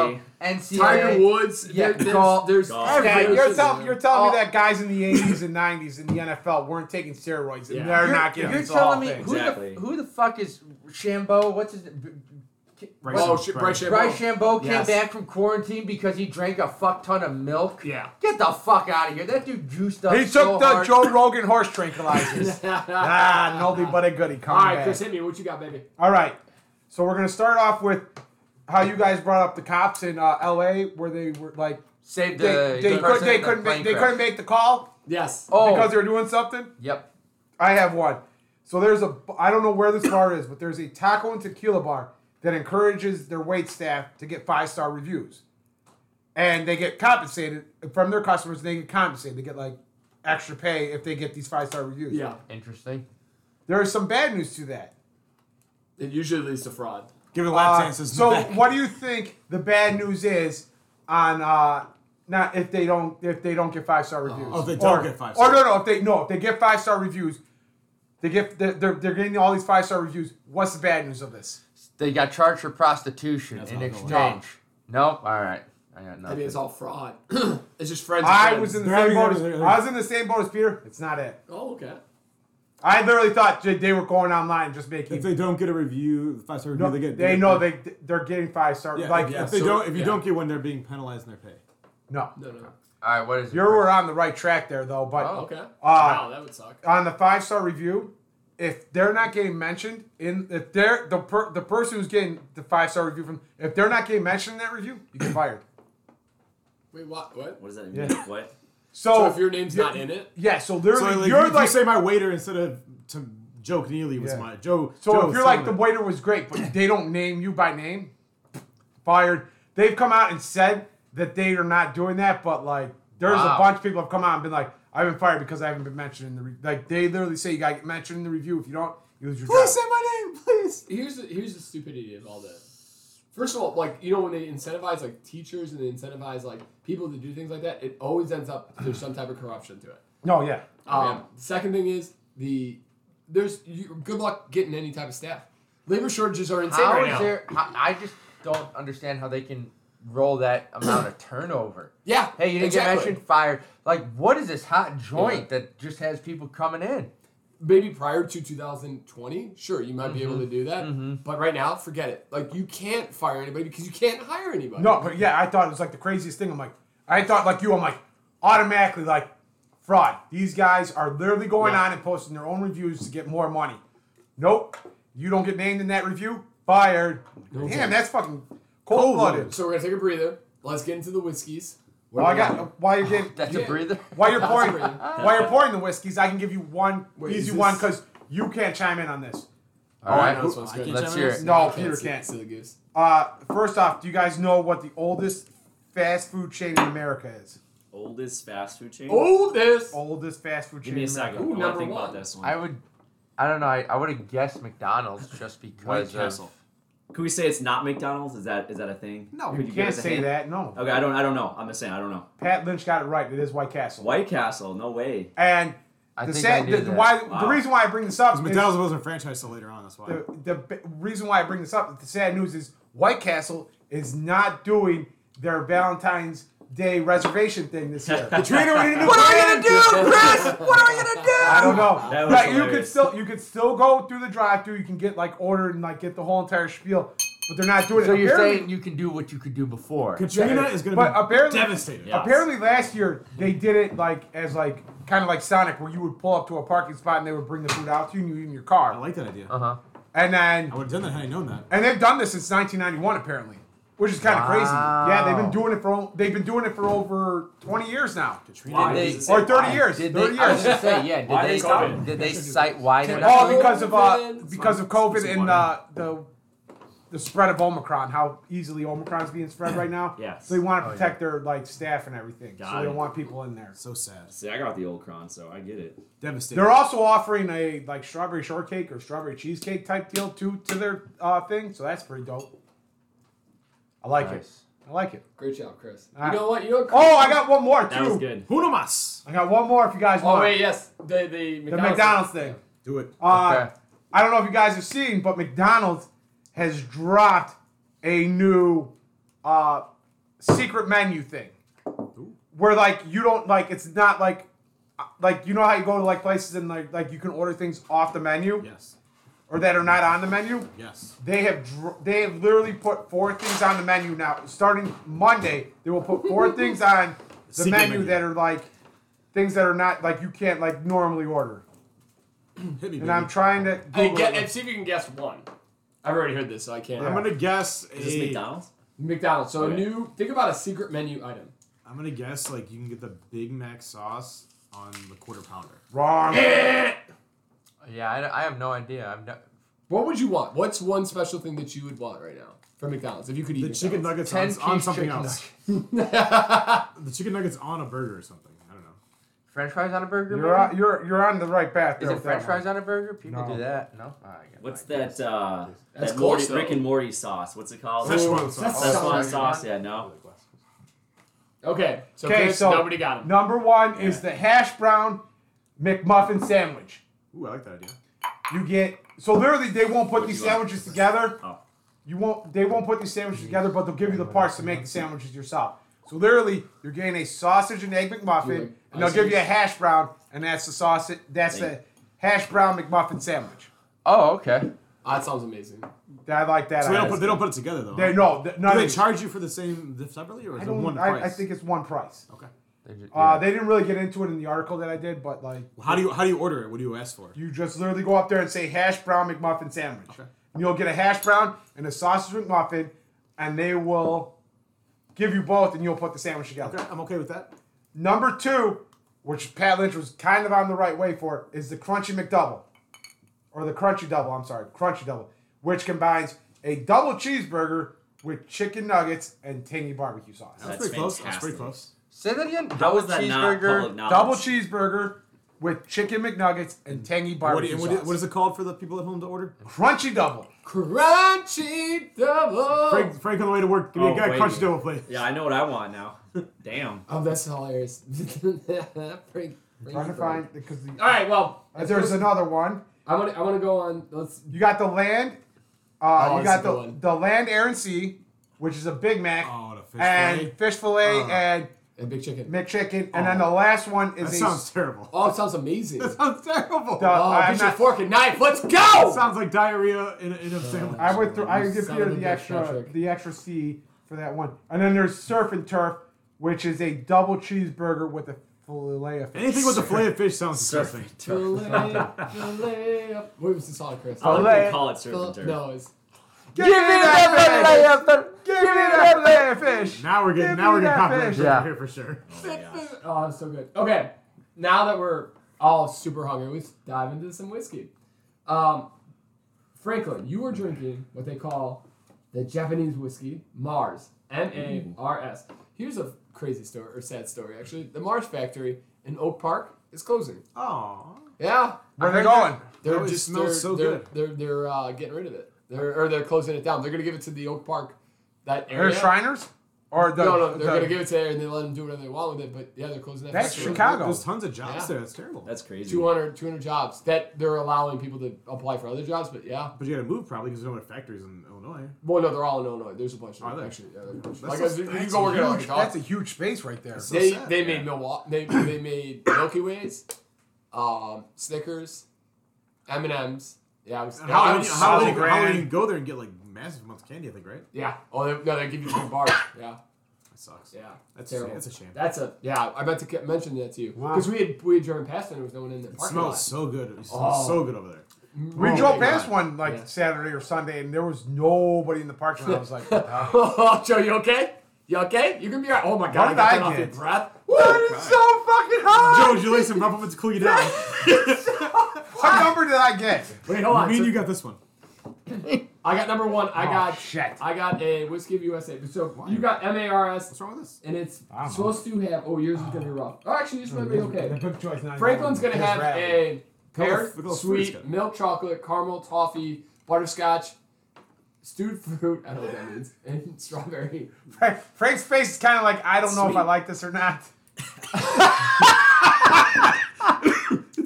B: NHL, NCAA.
A: Tiger Woods.
B: Yeah,
A: there- there's,
B: golf,
A: there's
D: golf.
C: Yeah,
A: every-
D: Everything.
C: you're, tell,
A: Yeah.
C: you're telling
B: Oh.
C: me that guys in the 80s and 90s in the NFL weren't taking steroids and
A: Yeah.
C: they're
B: You're,
C: not getting
B: you're
C: these all
B: telling me
C: things.
B: who,
D: Exactly.
B: the, who the fuck is Shambo? What's his name? B- B-
E: Bryson-
A: Oh, shit, Bryce
B: Bryce
A: Shambo.
B: Shambo came
A: Yes.
B: back from quarantine because he drank a fuck ton of milk.
A: Yeah.
B: Get the fuck out of here. That dude juiced up.
C: He
B: so
C: took the
B: hard.
C: Joe Rogan horse tranquilizers. ah, nobody but a goody. Come
A: All right,
C: back.
A: Chris, hit me. What you got, baby?
C: All right. So we're gonna start off with how you guys brought up the cops in uh, L.A. where they were like
B: Saved
C: they,
B: the.
C: they,
B: the
C: could,
B: person
C: they
B: in the
C: couldn't make,
B: plane
C: they
B: crash.
C: couldn't make the call
A: Yes.
B: Oh.
C: because they were doing something.
B: Yep.
C: I have one. So there's a I don't know where this bar is, but there's a taco and tequila bar that encourages their wait staff to get five star reviews, and they get compensated from their customers. They get compensated. They get like extra pay if they get these five star reviews.
A: Yeah.
B: Interesting.
C: There is some bad news to that.
A: It usually leads to fraud.
E: Give it a lot
C: Uh,
E: of chances.
C: so
E: Back.
C: what do you think the bad news is on uh not if they don't if they don't get five star reviews?
E: Oh, if they don't
C: Or-
E: get five
C: Or
E: star.
C: no, no, if they no, if they get five star reviews, they get they're, they're, they're getting all these five star reviews. What's the bad news of this?
B: They got charged for prostitution
E: That's
B: in
E: not going
B: exchange. Nope. All right. I got
A: I
B: nothing.
A: mean, it's all fraud. it's just friends.
C: I
A: friends.
C: was in the
E: They're
C: same
E: having-
C: boat. As,
E: they're- they're-
C: I was in the same boat as Peter. It's not it.
A: Oh, okay.
C: I literally thought they- they were going online and just making.
E: if they don't get a review, the five star review,
C: no,
E: they get.
C: they know they they're getting five star.
E: Yeah,
C: like
E: if they
A: so-
E: don't, if you
A: yeah.
E: don't get one, they're being penalized in their pay.
C: no,
A: No, no.
B: all right. What is it?
C: you were on the right track there though. But
A: Oh, okay. wow, that would suck.
C: on the five star review, if they're not getting mentioned in if they're the per, the person who's getting the five star review from if they're not getting mentioned in that review, you get fired.
A: Wait, what? What?
D: what does that mean?
C: Yeah.
D: What?
A: So
C: So,
A: if your name's
C: yeah,
A: not in it,
C: yeah, so
E: So
C: literally
E: like,
C: you're
E: if
C: like
E: you say my waiter instead of to Joe Keneally was
C: Yeah.
E: my Joe.
C: so
E: Joe
C: if you're like the
E: Solomon.
C: waiter was great, but they don't name you by name, fired. They've come out and said that they are not doing that, but like there's a
B: Wow.
C: bunch of people have come out and been like, I've been fired because I haven't been mentioned in the re-. like they literally say you got to get mentioned in the review. If you don't, you lose your job.
E: please say my name, please.
A: here's the, here's the stupidity of all that. First of all, like you know when they incentivize like teachers and they incentivize like people to do things like that, it always ends up there's some type of corruption to it.
C: No, yeah.
A: Um,
B: Yeah.
A: Second thing is the there's you, good luck getting any type of staff. Labor shortages are insane
B: How
A: right
B: is
A: now.
B: there? How, I just don't understand how they can roll that amount of turnover.
A: yeah.
B: Hey, you didn't
A: exactly.
B: get mentioned, fired. Like, what is this hot joint that just has people coming in?
A: maybe prior to 2020, sure, you might be
B: Mm-hmm.
A: able to do that. But right now, forget it. Like you can't fire anybody because you can't hire anybody.
C: No, but yeah, I thought it was like the craziest thing. I'm like, I thought like you, I'm like, automatically like fraud. These guys are literally going
A: Yeah.
C: on and posting their own reviews to get more money. Nope, you don't get named in that review. Fired. Damn,
A: thanks.
C: that's fucking cold blooded.
A: So we're gonna take a breather. Let's get into the whiskeys.
C: Well, I got uh, while you're getting
B: That's
A: Yeah.
B: a breather.
C: while you're pouring
A: a breather.
C: while you're pouring the whiskeys, I can give you one
A: Wait,
C: easy
A: is
C: one
A: this-
C: because you can't chime in on this.
B: All right,
A: no, this one's
E: I
A: good.
E: can't
B: let's
E: chime
B: hear
E: in.
B: it.
C: No, Peter
A: see-
C: can't.
A: see the goose.
C: Uh, first off, do you guys know what the oldest fast food chain in America is?
D: Oldest fast food chain?
A: Oh, this.
C: Oldest fast food
D: Give
C: chain.
D: me a
C: in America.
A: Ooh,
D: second. I want
A: number
D: to think about
A: one.
D: this one.
B: I would. I don't know. I, I would have guessed McDonald's just
D: White
B: because.
D: Castle.
B: Of,
D: Can we say it's not McDonald's? Is that is that a thing?
C: No,
D: Could
C: you
D: give
C: can't
D: us a
C: say
D: hint?
C: that. No.
D: Okay, I don't I don't know. I'm just saying I don't know.
C: Pat Lynch got it right. It is White Castle.
D: White Castle, no way.
C: And
B: I
C: the,
B: think
C: sad,
B: I knew
C: the, the
B: that.
C: why the
D: Wow.
C: reason why I bring this up is
E: Because McDonald's wasn't franchised till later on. That's why.
C: the, the b- reason why I bring this up. The sad news is White Castle is not doing their Valentine's day reservation thing this year.
F: Trina, we need to
A: What are you gonna do, Chris? What are you gonna do?
C: I don't know.
D: That was
C: Right, you could
D: hilarious.
C: still you could still go through the drive-through. You can get like order and like get the whole entire spiel, but they're not doing
B: So
C: it.
B: you're
C: Apparently-
B: saying you can do what you could do before.
E: Katrina is going to
C: But
E: be
C: apparently-
E: devastated.
D: Yeah.
C: Apparently last year they did it like as like kind of like Sonic, where you would pull up to a parking spot and they would bring the food out to you and you eat in your
E: I
C: car.
E: like that idea.
D: Uh-huh.
B: Uh huh.
C: And then
E: I would have done that had I known that.
C: and they've done this since 1991 apparently, which is kind of crazy.
B: Wow.
C: Yeah, they've been doing it for o- they've been doing it for over 20 years now,
E: Katrina,
D: Why?
E: is-
D: does it say
C: or 30
D: why?
C: years,
B: Did
C: 30
B: they? I was
C: years.
B: gonna say yeah. Did
D: Why
B: they
D: did COVID?
B: Did they cite why they?
C: All
A: Well,
C: because of uh,
A: It's
C: because of
D: It's
C: COVID and uh,
D: water.
C: the the spread of Omicron, how easily Omicron's being spread right now.
D: Yes.
C: So they want
B: Oh,
C: to
B: yeah.
C: protect their like staff and everything. so
D: Got
C: they don't
D: it.
C: want people in there.
E: so sad.
D: See, I got the old cron, so I get it.
E: Devastated.
C: They're also offering a like strawberry shortcake or strawberry cheesecake type deal to to their uh, thing. So that's pretty dope. I like
B: Nice.
C: it. I like it.
A: Great job, Chris.
C: Ah.
A: You know what? You know what Chris
C: Oh, I got one more too.
D: That was good.
E: Uno mas.
C: I got one more if you guys want.
A: Oh wait, yes, the the
C: the McDonald's thing.
E: Do it.
C: Uh,
B: Okay.
C: I don't know if you guys have seen, but McDonald's has dropped a new uh, secret menu thing, where like you don't like it's not like uh, like you know how you go to like places and like like you can order things off the menu
E: yes.
C: or that are not on the menu.
E: Yes.
C: They have dr- they have literally put four things on the menu now. Starting Monday, they will put four things on the
E: Secret
C: menu,
E: menu.
C: that are like things that are not like you can't like normally order.
E: Hit me, baby.
C: And I'm trying to
A: I
C: Google
A: get,
C: it.
A: and see if you can guess one. I've already heard this, so I can't.
E: I'm gonna guess
D: Is this
E: a-
D: McDonald's?
A: McDonald's. So
D: Okay.
A: a new. Think about a secret menu item.
E: I'm gonna guess like you can get the Big Mac sauce on the quarter pounder.
C: wrong.
B: Yeah, I, I have no idea. I'm no,
A: What would you want? What's one special thing that you would want right now from McDonald's if you could eat
E: The chicken
A: McDonald's?
E: nuggets
B: ten
E: on, on
B: piece
E: something
B: chicken
E: else.
B: nuggets.
E: The chicken nuggets on a burger or something. I don't know.
B: French fries on a burger.
C: You're on,
B: maybe?
C: you're you're on the right path.
B: Is
C: there
B: it
C: with
B: French
C: that
B: fries
C: one.
B: on a burger? People
C: No.
B: do that. No. Oh, I got
D: What's
B: no idea.
D: that? uh
A: That's
D: that Morty,
A: close, though.
D: Rick and Morty sauce. What's it called?
C: Oh,
E: Szechuan
A: that's
E: sauce.
A: so-
D: Szechuan
B: Szechuan.
D: sauce. Yeah, no.
A: Okay. So,
C: Okay,
A: Chris,
C: so-
A: nobody got him.
C: Number one
D: Yeah.
C: is the hash brown McMuffin sandwich.
E: Ooh, I like that idea.
C: You get so literally they won't put
D: What
C: these
D: you want?
C: sandwiches together.
D: Oh.
C: You won't. They won't put these sandwiches together, but they'll give you the parts to make the sandwiches yourself. So literally, you're getting a sausage and egg
A: You're
C: McMuffin,
A: like,
C: and they'll
A: I
C: give you a
A: see.
C: hash brown, and that's the sausage. That's the
D: Thank
C: hash brown McMuffin sandwich.
B: Oh, okay.
A: Ah, that sounds amazing.
C: I like that.
E: So they don't
C: idea.
E: put they don't put it together though.
C: They-
E: huh?
C: no. th- none
E: Do
C: of
E: they
C: these.
E: charge you for the same the separately or is
C: I
E: it
C: don't.
E: one price?
C: I, I think it's one price.
E: Okay.
B: They ju-
C: Uh,
B: yeah.
C: they didn't really get into it in the article that I did, but like
E: How do you how do you order it? What do you ask for?
C: you just literally go up there and say hash brown McMuffin sandwich. And you'll get a hash brown and a sausage McMuffin, and they will give you both, and you'll put the sandwich together.
E: Okay, I'm okay with that.
C: Number two, which Pat Lynch was kind of on the right way for, is the crunchy McDouble, or the crunchy double. I'm sorry, crunchy double, which combines a double cheeseburger with chicken nuggets and tangy barbecue sauce.
E: That's,
D: That's
E: pretty close. That's pretty
D: fantastic.
E: close.
B: Say that again.
D: How
B: Double
D: was that not public
B: cheeseburger.
D: knowledge?
C: double cheeseburger with chicken McNuggets and tangy
E: What, do
C: barbecue
E: you- what, do you-
C: sauce.
E: what is it called for the people at home to order?
C: Crunchy double.
A: Crunchy double.
E: Frank, Frank on the way to work. Give me
D: Oh,
E: a guy
D: wait.
E: crunch double plate.
D: Yeah, I know what I want now. Damn.
A: Oh, that's hilarious. Frank.
C: Trying to find because
A: All right. Well,
C: uh, there's another one.
A: I want. I want to go on. Let's.
C: You got the land.
A: Oh,
C: Uh, you
A: this is
C: got
A: a
C: the
A: good one.
C: the land air and sea, which is a Big Mac
E: Oh, the fish
C: and
E: fillet.
C: fish fillet
E: Oh.
C: and
A: And big chicken.
C: McChicken, and then the last one
E: That
C: is a
E: sounds terrible.
A: Oh, it sounds amazing.
E: That sounds terrible.
C: Duh.
A: oh,
C: I'm
A: get your
C: not-
A: fork and knife. Let's
E: That
A: go.
E: sounds like diarrhea in a, in a sandwich.
C: I would throw, I would give
A: Son
C: Peter
A: of a
C: the
A: bitch,
C: extra
A: Patrick.
C: the extra C for that one. And then there's surf and turf, which is a double cheeseburger with a fillet of fish.
E: Anything with a fillet of fish sounds disgusting.
A: Filet- filet- What was the song, Chris?
D: I like
C: Filet.
D: they call it surf and turf.
A: No, it's.
C: Give me that fish! Give me that fillet of fish!
E: Now we're getting
C: Give
E: now
C: me
E: we're
C: that
E: getting copyright
C: fish.
E: over
B: Yeah.
E: here for sure.
D: Oh my gosh.
A: Oh, that's so good. Okay, now that we're all super hungry, let's dive into some whiskey. Um, Franklin, you were drinking what they call the Japanese whiskey, Mars, M A R S. Here's a crazy story, or sad story actually. The Mars factory in Oak Park is closing.
E: Oh,
A: Yeah,
C: Where are they going?
E: That
A: they're
E: always
A: just
E: smells
A: they're,
E: so
A: they're,
E: good.
A: They're they're uh, getting rid of it. They're or they're closing it down. They're gonna give it to the Oak Park that
C: They're
A: area.
C: Shriners? Or the,
A: No, no, they're
C: the-
A: gonna give it to her and they let them do whatever they want with it. But yeah, they're closing that.
C: That's
A: factory.
C: Chicago.
E: There's tons of jobs
A: Yeah.
E: there. That's terrible.
D: That's crazy.
A: 200, 200 jobs that they're allowing people to apply for other jobs. But yeah,
E: but you gotta move probably because there's no other factories in Illinois.
A: well, no, they're all in Illinois. There's a bunch of
E: Are
A: them,
E: they?
A: actually. Yeah, there's a bunch.
E: That's
A: Like,
E: just-
A: you can
F: That's
A: go
F: a
A: work at
F: huge- That's a
A: Arkansas.
F: huge space right there.
E: So
A: They
E: sad,
A: they
E: yeah.
A: made Milwaukee. They they made Milky Ways, um, Snickers, M and M's. Yeah, I was,
E: And How,
A: I
E: how,
A: was
E: how,
A: so-
E: how, you, how
C: grand.
E: you go there and get like massive amounts of candy? I think right.
A: yeah. Oh they, no, they give you two bars. Yeah,
E: That sucks.
A: yeah.
E: That's
A: Terrible.
E: A, that's a shame.
A: That's a yeah. I meant to ke- mention that to you
C: Wow.
A: because we had we had driven past and there was no one in the
E: It
A: parking
E: smells
A: lot.
E: so good. It smells
A: Oh.
E: so good over there.
C: we
A: Oh
C: drove
A: my
C: past
A: God.
C: one like
A: Yeah.
C: Saturday or Sunday, and there was nobody in the parking lot. I was like, "Ah."
A: Oh, Joe, you okay? You okay? You can be alright. Oh my god,
C: What
A: I got
C: did
A: that
C: I
A: off your
C: get?
A: breath.
C: "What is so fucking hot?"
E: Joe, did you lay some rumplemans to cool you down?
C: What number did I get?
A: Wait, hold on.
E: Me
A: So
E: and you got this one.
A: I got number one. I
C: Oh,
A: got
C: shit.
A: I got a whiskey of USA. So you got M A R S,
E: What's wrong with this?
A: and it's
C: I don't know.
A: supposed to have. Oh, yours is gonna be rough. Oh, actually, yours is gonna be okay.
F: The book choice not
A: Franklin's gonna
F: Yes,
A: have
F: rabbit.
A: a
E: Look how-
A: pear,
E: look how fruit's
A: sweet
E: got.
A: milk chocolate, caramel toffee, butterscotch, stewed fruit. I don't know what that means. And strawberry.
C: Frank- Frank's face is kind of like, "I don't know if
D: Sweet.
C: I like this or not."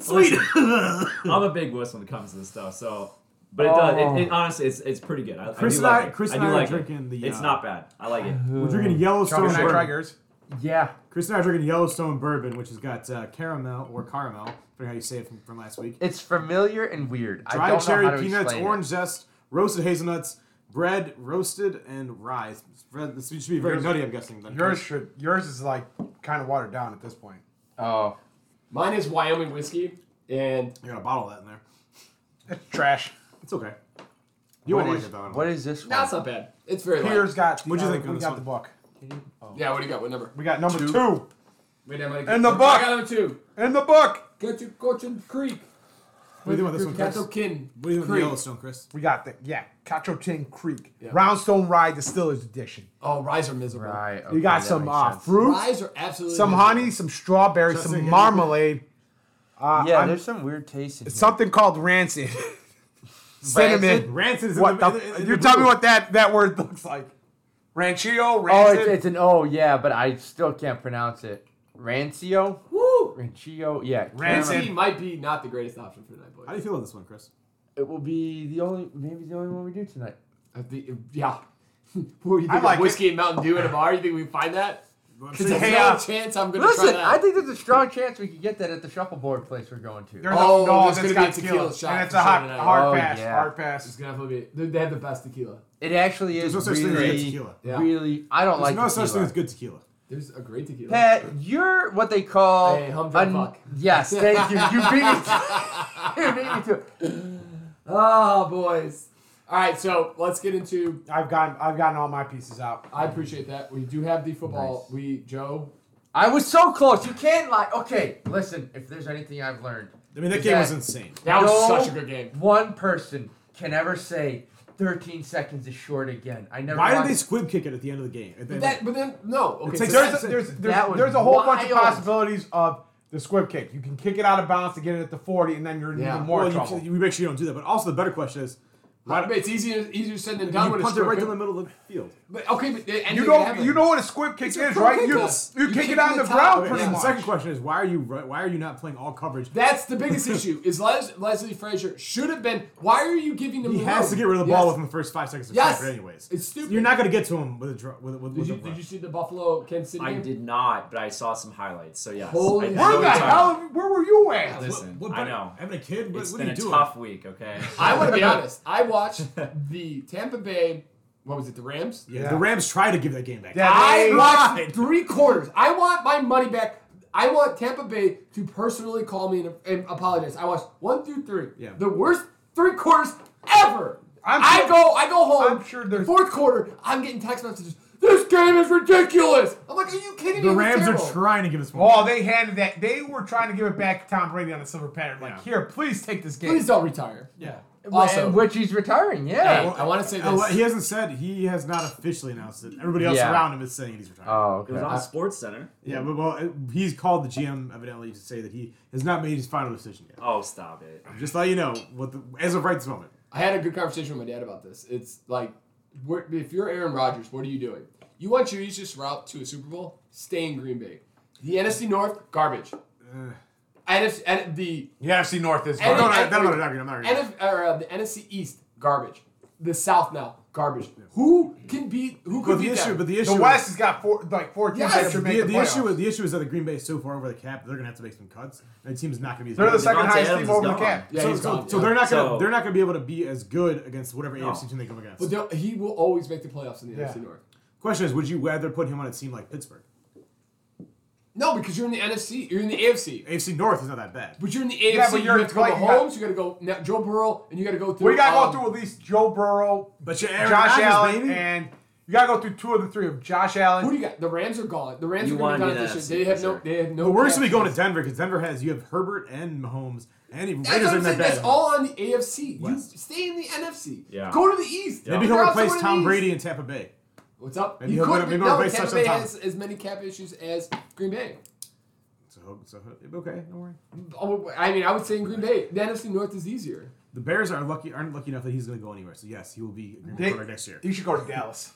D: Sweet. I'm a big wuss when it comes to this stuff. So, but it does. It, it honestly, it's it's pretty good. I,
E: Chris
D: I do
E: and
D: like
E: I-
D: it.
E: Chris
D: I
E: and
D: do
E: I are
D: like
E: drinking
D: it.
E: the,
D: It's
E: uh,
D: not bad. I like it.
E: We're drinking Yellowstone
C: Can I try
E: bourbon.
C: yours?
B: Yeah.
E: Chris and I are drinking Yellowstone bourbon, which has got uh, caramel or caramel, depending on how you say it from, from last week.
B: It's familiar and weird. I
E: Dry
B: don't know how
E: cherry,
B: to
E: peanuts,
B: explain it.
E: orange zest, roasted hazelnuts, bread, roasted, and rye. Bread- This should be very
C: Yours-
E: nutty, I'm guessing. Then.
C: Yours should. Yours is like kind of watered down at this point.
B: Oh.
A: Mine is Wyoming whiskey, and
E: I got a bottle of that in there.
C: It's trash.
E: It's okay. You
B: What
E: won't like
B: is-
E: it though. I don't
B: what
E: know.
B: is this one?
A: that's not bad. It's very light.
C: Peter's got.
E: What'd you
C: uh,
E: think on
C: We
E: this
C: got
E: one?
C: the book.
A: Yeah, what do you got? What number?
C: We got number
B: Two.
C: two,
A: Wait, I'm gonna
C: In the
A: I
C: book.
A: got number two.
C: in the book.
A: Go to Cochin Creek.
E: What do you think about this one, Chris?
A: Cattle Kin
E: What do you think about
A: Creek.
E: Yellowstone, Chris?
C: We got the yeah, Cochotin Creek,
A: Yeah.
C: Roundstone Rye Distillers Edition.
A: Oh, rye are miserable.
B: Right.
C: you got
B: okay,
C: some
B: that
C: uh,
B: makes sense.
C: fruit,
A: Ryes are absolutely
C: some
A: miserable.
C: honey, some strawberry,
E: Just
C: some
E: thinking-
C: marmalade. Uh,
B: Yeah,
C: I'm-
B: there's some weird taste in here.
C: something called rancid cinnamon.
E: Rancid is
C: What
E: in the,
C: the,
E: in the- in
C: you
E: the
C: tell me
E: blue.
C: what that that word looks like? Ranchio,
B: Oh,
C: rancid.
B: it's, it's an O, yeah, but I still can't pronounce it. Rancio?
A: Woo!
B: Rancio? Yeah.
C: Rancid.
A: Whiskey might be not the greatest option for tonight,
E: How
A: boys.
E: do you feel about this one, Chris?
B: It will be the only, maybe the only one we do tonight.
A: I think- yeah. Who you think
C: like
A: of whiskey and Mountain Dew in a bar? You think we find that? Because there's
C: Hey,
A: no
C: uh,
A: chance I'm gonna try
B: Listen,
A: that.
B: I think there's a strong chance we could get that at the shuffleboard place we're going to.
C: There's
A: Oh,
C: a, no,
A: there's
C: that's
A: gonna be
C: got
A: a tequila
C: tequila,
A: shot
C: and it's
A: for
C: a hot,
A: Saturday night.
C: hard
B: Oh,
C: pass,
B: yeah.
C: hard
A: it's
C: pass.
A: gonna have to be. They they have the best tequila.
B: It actually
E: There's
B: is
E: no such thing as
B: really,
E: good tequila.
A: Yeah.
B: really, I don't
E: There's
B: like
E: no such thing
B: tequila.
E: as good tequila.
A: There's a great tequila.
B: Pat, you're what they call
A: Hey, humdrum fuck.
B: Yes, thank you. You beat me. To, you beat me to it.
A: Oh, boys. All right, so let's get into.
C: I've gotten, I've gotten all my pieces out.
A: I appreciate that. We do have the football.
B: Nice.
A: We Joe.
B: I was so close. You can't lie. Okay, listen. If there's anything I've learned,
E: I mean, that
B: Is
E: game
B: that-
E: was insane.
A: That was
B: No.
A: such a good game.
B: one person can ever say 13 seconds is short again. I never.
E: Why did
B: watched-
E: they squib kick it at the end of the game? At the end
A: That, but then no. Okay,
E: It's like-
A: so
C: There's a, there's,
B: That
C: there's,
B: was
C: there's a whole bunch of
B: wild.
C: possibilities of the squib kick. You can kick it out of bounds to get it at the 40, and then you're in
A: Yeah.
C: even more
E: well, you,
C: trouble.
E: you make sure you don't do that. But also, the better question is, why
A: But it's easier easier said than
E: you
A: done when it's
E: punt it right
A: quick.
E: down the middle of the field?
A: But okay, but they- and
C: You
A: they
C: know,
A: haven't.
C: you know what a squib kick
A: a
C: is,
A: pro
C: right?
A: kick
C: You,
A: us.
C: you
A: You
C: kick
A: kick
C: it Oh, on
A: in the
C: the
A: top.
C: ground,
A: Okay,
E: And
C: pretty
E: then the
C: much.
E: second question is, why are you ri- why are you not playing all coverage?
A: That's the biggest issue. Is Les- Leslie Frazier should have been. Why are you giving him?
E: he
A: the
E: has
A: road?
E: to get rid of the ball
A: Yes.
E: within the first five seconds of
A: Yes.
E: soccer anyways.
A: It's stupid.
E: You're not going to get to him with a draw. With, with,
A: Did
E: with
A: you,
E: a
A: did
E: run.
A: you see the Buffalo Kansas City
D: I
A: game?
D: did not, but I saw some highlights. So yes.
A: Holy
D: I-
A: shit.
D: I know
C: Where
A: What
C: the
D: you're talking about.
C: hell? Where were you at?
D: Listen,
E: What
D: I
E: better-
D: know.
E: Having a kid, what,
D: It's
E: what
D: been
E: are
D: a
E: you doing?
D: tough week. Okay.
A: I want to be honest. I watched the Tampa Bay. What was it? The Rams.
E: Yeah,
C: Yeah.
E: the Rams tried to give that game back.
C: Yeah.
A: I
C: They
A: watched three quarters. I want my money back. I want Tampa Bay to personally call me and, and apologize. I watched one through three.
E: Yeah.
A: The worst three quarters ever.
C: I'm
A: I
C: sure-
A: go I go home.
C: I'm sure there's-
A: fourth quarter. I'm getting text messages. This game is ridiculous. I'm like, are you kidding me?
E: The
A: It was
E: Rams
A: terrible.
E: are trying to give us one.
C: Oh, they handed that. They were trying to give it back to Tom Brady on a silver pattern. Like,
E: Yeah.
C: here, please take this game.
A: Please don't retire.
E: yeah.
A: Also,
B: And which he's retiring.
A: hey,
B: Yeah.
A: I want to say
E: Uh, well,
A: this.
E: he hasn't said he has not officially announced it. Everybody else
B: Yeah.
E: around him is saying he's retired.
B: Oh,
D: It was
B: okay.
D: on Sports Center.
E: yeah, but well, it- he's called the GM evidently to say that he has not made his final decision yet.
D: Oh, stop it.
E: Just let you know, what the, as of right this moment.
A: I had a good conversation with my dad about this. It's like where, if you're Aaron Rodgers, what are you doing? You want your easiest route to a Super Bowl? Stay in Green Bay. The NFC North, garbage. NFC, and the
C: The NFC North is
A: And-
E: No, no,
C: garbage.
E: I'm not arguing. I'm not arguing.
A: NF, or, uh, the NFC East, garbage. The South now, garbage. Who can beat? Who could
E: But
A: beat
E: the issue,
A: them?
E: but the
C: The
E: issue,
C: West has got four, like four teams
A: Yes,
C: that should
E: the,
C: make the,
E: the
C: playoffs.
E: issue, the issue is that the Green Bay is so far over the cap, they're gonna have to make some cuts, and the team's not gonna be. As
C: They're
E: good
C: the
E: as-
C: second
D: Devontae
C: highest
D: Adams
C: team
D: is
C: over the
D: gone.
C: cap.
A: Yeah,
E: so,
A: he's
E: so,
A: gone,
E: so
A: yeah.
E: they're not gonna
D: So-
E: they're not gonna be able to be as good against whatever AFC team they come against.
A: But they'll- he will always make the playoffs in the
C: Yeah.
A: NFC North.
E: Question is, would you rather put him on a team like Pittsburgh?
A: No, because you're in the NFC. You're in the AFC.
E: AFC North is not that bad.
A: But you're in the AFC.
C: but
A: you
C: you're-
A: have to go
C: like,
A: to
C: you got-
A: Holmes. You got to go now, Joe Burrow, and you got to go through.
C: We gotta go
A: um,
C: through at least Joe Burrow,
E: But you're Aaron
C: Josh
E: Rodgers,
C: Allen,
E: baby.
C: and you gotta go through two of the three of Josh Allen.
A: Who do you got? The Rams are gone. The Rams
D: You
A: are going to
D: wanna
A: be
D: be
A: done
D: the
A: this
D: NFC
A: year. They have no.
D: for sure.
A: They have no.
E: But we're just gonna be
A: cap
E: going to
A: space.
E: Denver because Denver has you have Herbert and Mahomes and the
A: That's
E: Raiders
A: what
E: are
A: I'm
E: not
A: saying.
E: bad.
A: That's all on the AFC. You
E: West.
A: stay in the NFC.
D: Yeah.
A: Go to the East.
E: Maybe
A: Figure
E: he'll
A: out
E: replace
A: someone in
E: Tom
A: the East.
E: Brady in Tampa Bay.
A: What's up?
E: Maybe
A: he
E: he'll
A: could
E: go to-
A: be-
E: maybe he'll
A: no,
E: replace
A: Tampa
E: Justin
A: Bay
E: Thomas.
A: has as many cap issues as Green Bay.
E: So, so okay, don't worry.
A: Oh, I mean, I would say in Green Bay, the NFC North is easier.
E: The Bears are lucky aren't lucky enough that he's going to go anywhere. So yes, he will be a Green Bay
C: They-
E: quarterback next year.
C: You should go to Dallas.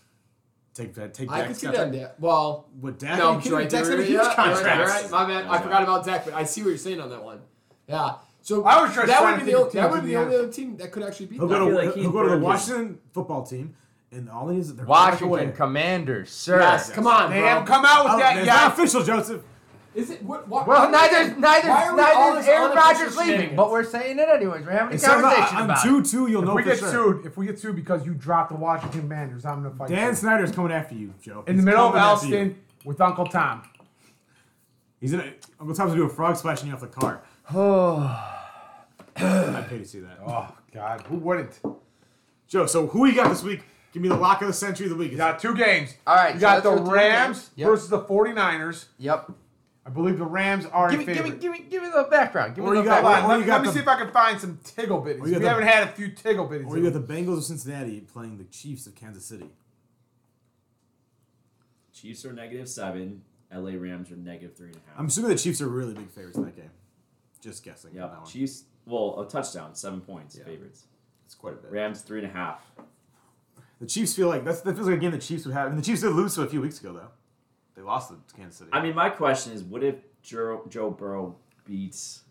E: Take that. Take
A: I
E: Dak
A: could see
E: Prescott.
A: that. Yeah. Well,
E: With Dak,
A: no,
E: are you
A: I'm
E: kidding?
A: sure I
E: Dak's
A: do.
E: got a huge
A: yeah,
E: contract.
A: All right, my bad.
D: Yeah,
A: I
D: yeah.
A: forgot about Dak, but I see what you're saying on that one. Yeah. So
C: I was just
A: that
C: trying
A: would
C: to
A: be
C: think
A: the,
C: of
A: that would
C: teams
A: be the
C: in the
A: only other team that could actually beat
E: He'll
A: them.
E: go to
D: feel like he's
E: he'll go to the
D: burned his-
E: Washington football team, and all he needs is they're quarterback
B: Washington
E: away.
B: Commanders, sir.
A: Yes, come on,
C: They
A: bro.
C: haven't come out with
E: Oh,
C: that
E: it's not
C: yet.
E: official, Joseph.
A: Is it what? what
B: Well,
A: why are we-
B: neither neither
A: why are we all
B: neither is
A: this
B: Aaron
A: unofficial
B: Rodgers leaving,
A: shenanigans?
B: but we're saying it anyways. We're having a
E: It's not about-
B: conversation
E: on
B: about
E: two
B: it.
E: two, you'll know
C: If we
E: for
C: get
E: sure.
C: sued, if we get sued because you dropped the Washington Commanders, I'm gonna fight.
E: Dan
C: you.
E: Snyder's coming after you, Joe.
C: in the
E: He's
C: middle of
E: coming after you.
C: Alston with Uncle Tom.
E: He's gonna Uncle Tom's gonna do a frog splashing you off the car. I'd pay to see that.
C: Oh God, who wouldn't?
E: Joe, so who you got this week? Give me the lock of the century of the week.
C: You got two games.
B: All right,
C: you
B: so
C: got
B: let's go
C: the
B: to the
C: Rams
B: Rams. Yep.
C: versus the 49ers.
B: Yep.
C: I believe the Rams are
B: Give
C: in
B: me,
C: favor.
B: give me, give me, give me the background. Give me
E: Or
B: the
E: you got-
C: Hold on,
B: background.
E: or
C: let,
E: you
C: let
E: got
C: me
E: the-
C: see if I can find some tiggle bitties.
E: Or
C: We
E: you got the-
C: haven't had a few tiggle bitties.
E: Or you got the Bengals of Cincinnati playing the Chiefs of Kansas City.
D: Chiefs are negative seven. LA Rams are negative three and a half.
E: I'm assuming the Chiefs are really big favorites in that game. Just guessing. on
D: yeah,
E: that one.
D: Chiefs. Well, a touchdown, seven points, favorites.
E: It's quite a bit.
D: Rams three and a half.
E: The Chiefs feel like that's that feels like a game the Chiefs would have. And the Chiefs did lose to a few weeks ago though. They lost to Kansas City.
D: I mean, my question is, what if Joe, Joe Burrow beats?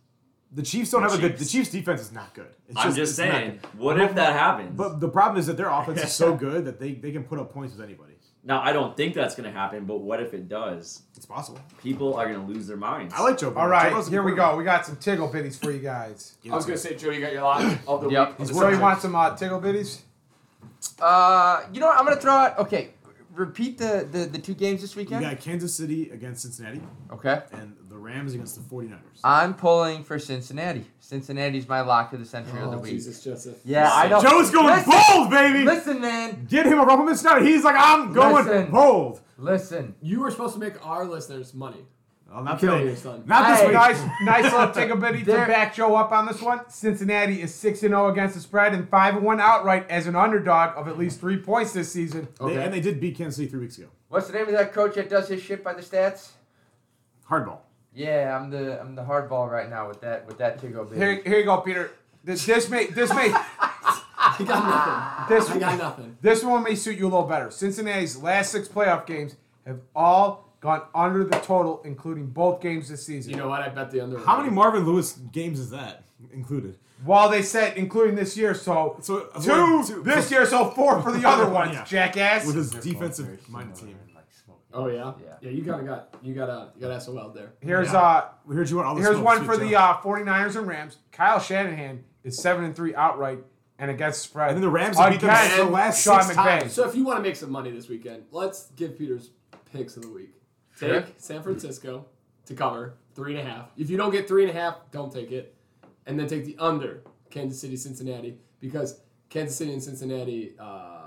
E: the Chiefs don't
D: the
E: have a good. The
D: Chiefs.
E: Chiefs defense is not good. It's
D: I'm just
E: it's not
D: saying,
E: good.
D: what if that happens?
E: But the problem is that their offense is so good that they, they can put up points with anybody.
D: now, I don't think that's going to happen. But what if it does?
E: It's possible.
D: People are going to lose their minds.
E: I like Joe. Burrow.
C: All
E: Joe
C: right,
E: Burrow's a
C: here we
E: quarterback.
C: go. We got some tiggle bitties for you guys.
E: Give
A: I
E: it
A: was
E: to
A: gonna
E: him.
A: say, Joe, you got your lock of the
B: Yep.
A: week.
E: He's
A: So
C: So
E: working.
C: you want some uh, tiggle bitties?
B: Uh, you know what? I'm gonna throw out. Okay, repeat the the, the two games this
E: You
B: weekend.
E: got Kansas City against Cincinnati
B: Okay.
E: and the Rams against the 49ers.
B: I'm pulling for Cincinnati. Cincinnati's my lock of the century of the
A: Oh,
B: week.
A: Jesus, Joseph.
B: Yeah, I know.
E: Joe's going
B: listen,
E: bold, baby.
B: Listen, man.
E: Get him a Rumpelman snout. He's like, I'm going
B: Listen.
E: bold.
B: Listen.
A: You were supposed to make our listeners money.
E: Well, not
A: Kill
E: today.
A: your son.
E: Not this
B: Hey.
E: week.
C: Nice, nice little tiggle bitty to
B: There-
C: back Joe up on this one. Cincinnati is six and zero against the spread and five and one outright as an underdog of at least three points this season.
E: They-
B: Okay.
E: and they did beat Kansas City three weeks ago.
B: What's the name of that coach that does his shit by the stats?
E: Hardball.
B: Yeah, I'm the I'm the hardball right now with that with that Tigo baby.
C: Here, here you go, Peter. This, this may, this may,
A: I got
C: this.
A: nothing. I got nothing.
C: This one may suit you a little better. Cincinnati's last six playoff games have all gone under the total, including both games this season.
A: You know what? I bet the under.
E: How many Marvin Lewis games is that included?
C: While they said including this year, so,
E: So uh,
C: two,
E: two-
C: this year, so four for the other ones,
E: Yeah.
C: jackass.
E: with his defensive minded team.
A: Oh yeah.
B: Yeah.
A: Yeah, you kind of got you got uh, you got SOL there.
C: Here's
E: Yeah.
C: uh
E: We heard you want all the
C: here's
E: smoke,
C: one
E: sweet
C: for
E: Joe.
C: the uh, 49ers and Rams. Kyle Shanahan is seven and three outright and against spread.
E: And then the Rams
C: Again,
E: beat them the last
C: Sean
E: six
C: McVay.
E: times.
A: So if you want to make some money this weekend, let's give Peter's picks of the week. Take
B: Sure.
A: San Francisco to cover three and a half. If you don't get three and a half, don't take it. And then take the under Kansas City Cincinnati because Kansas City and Cincinnati. Uh,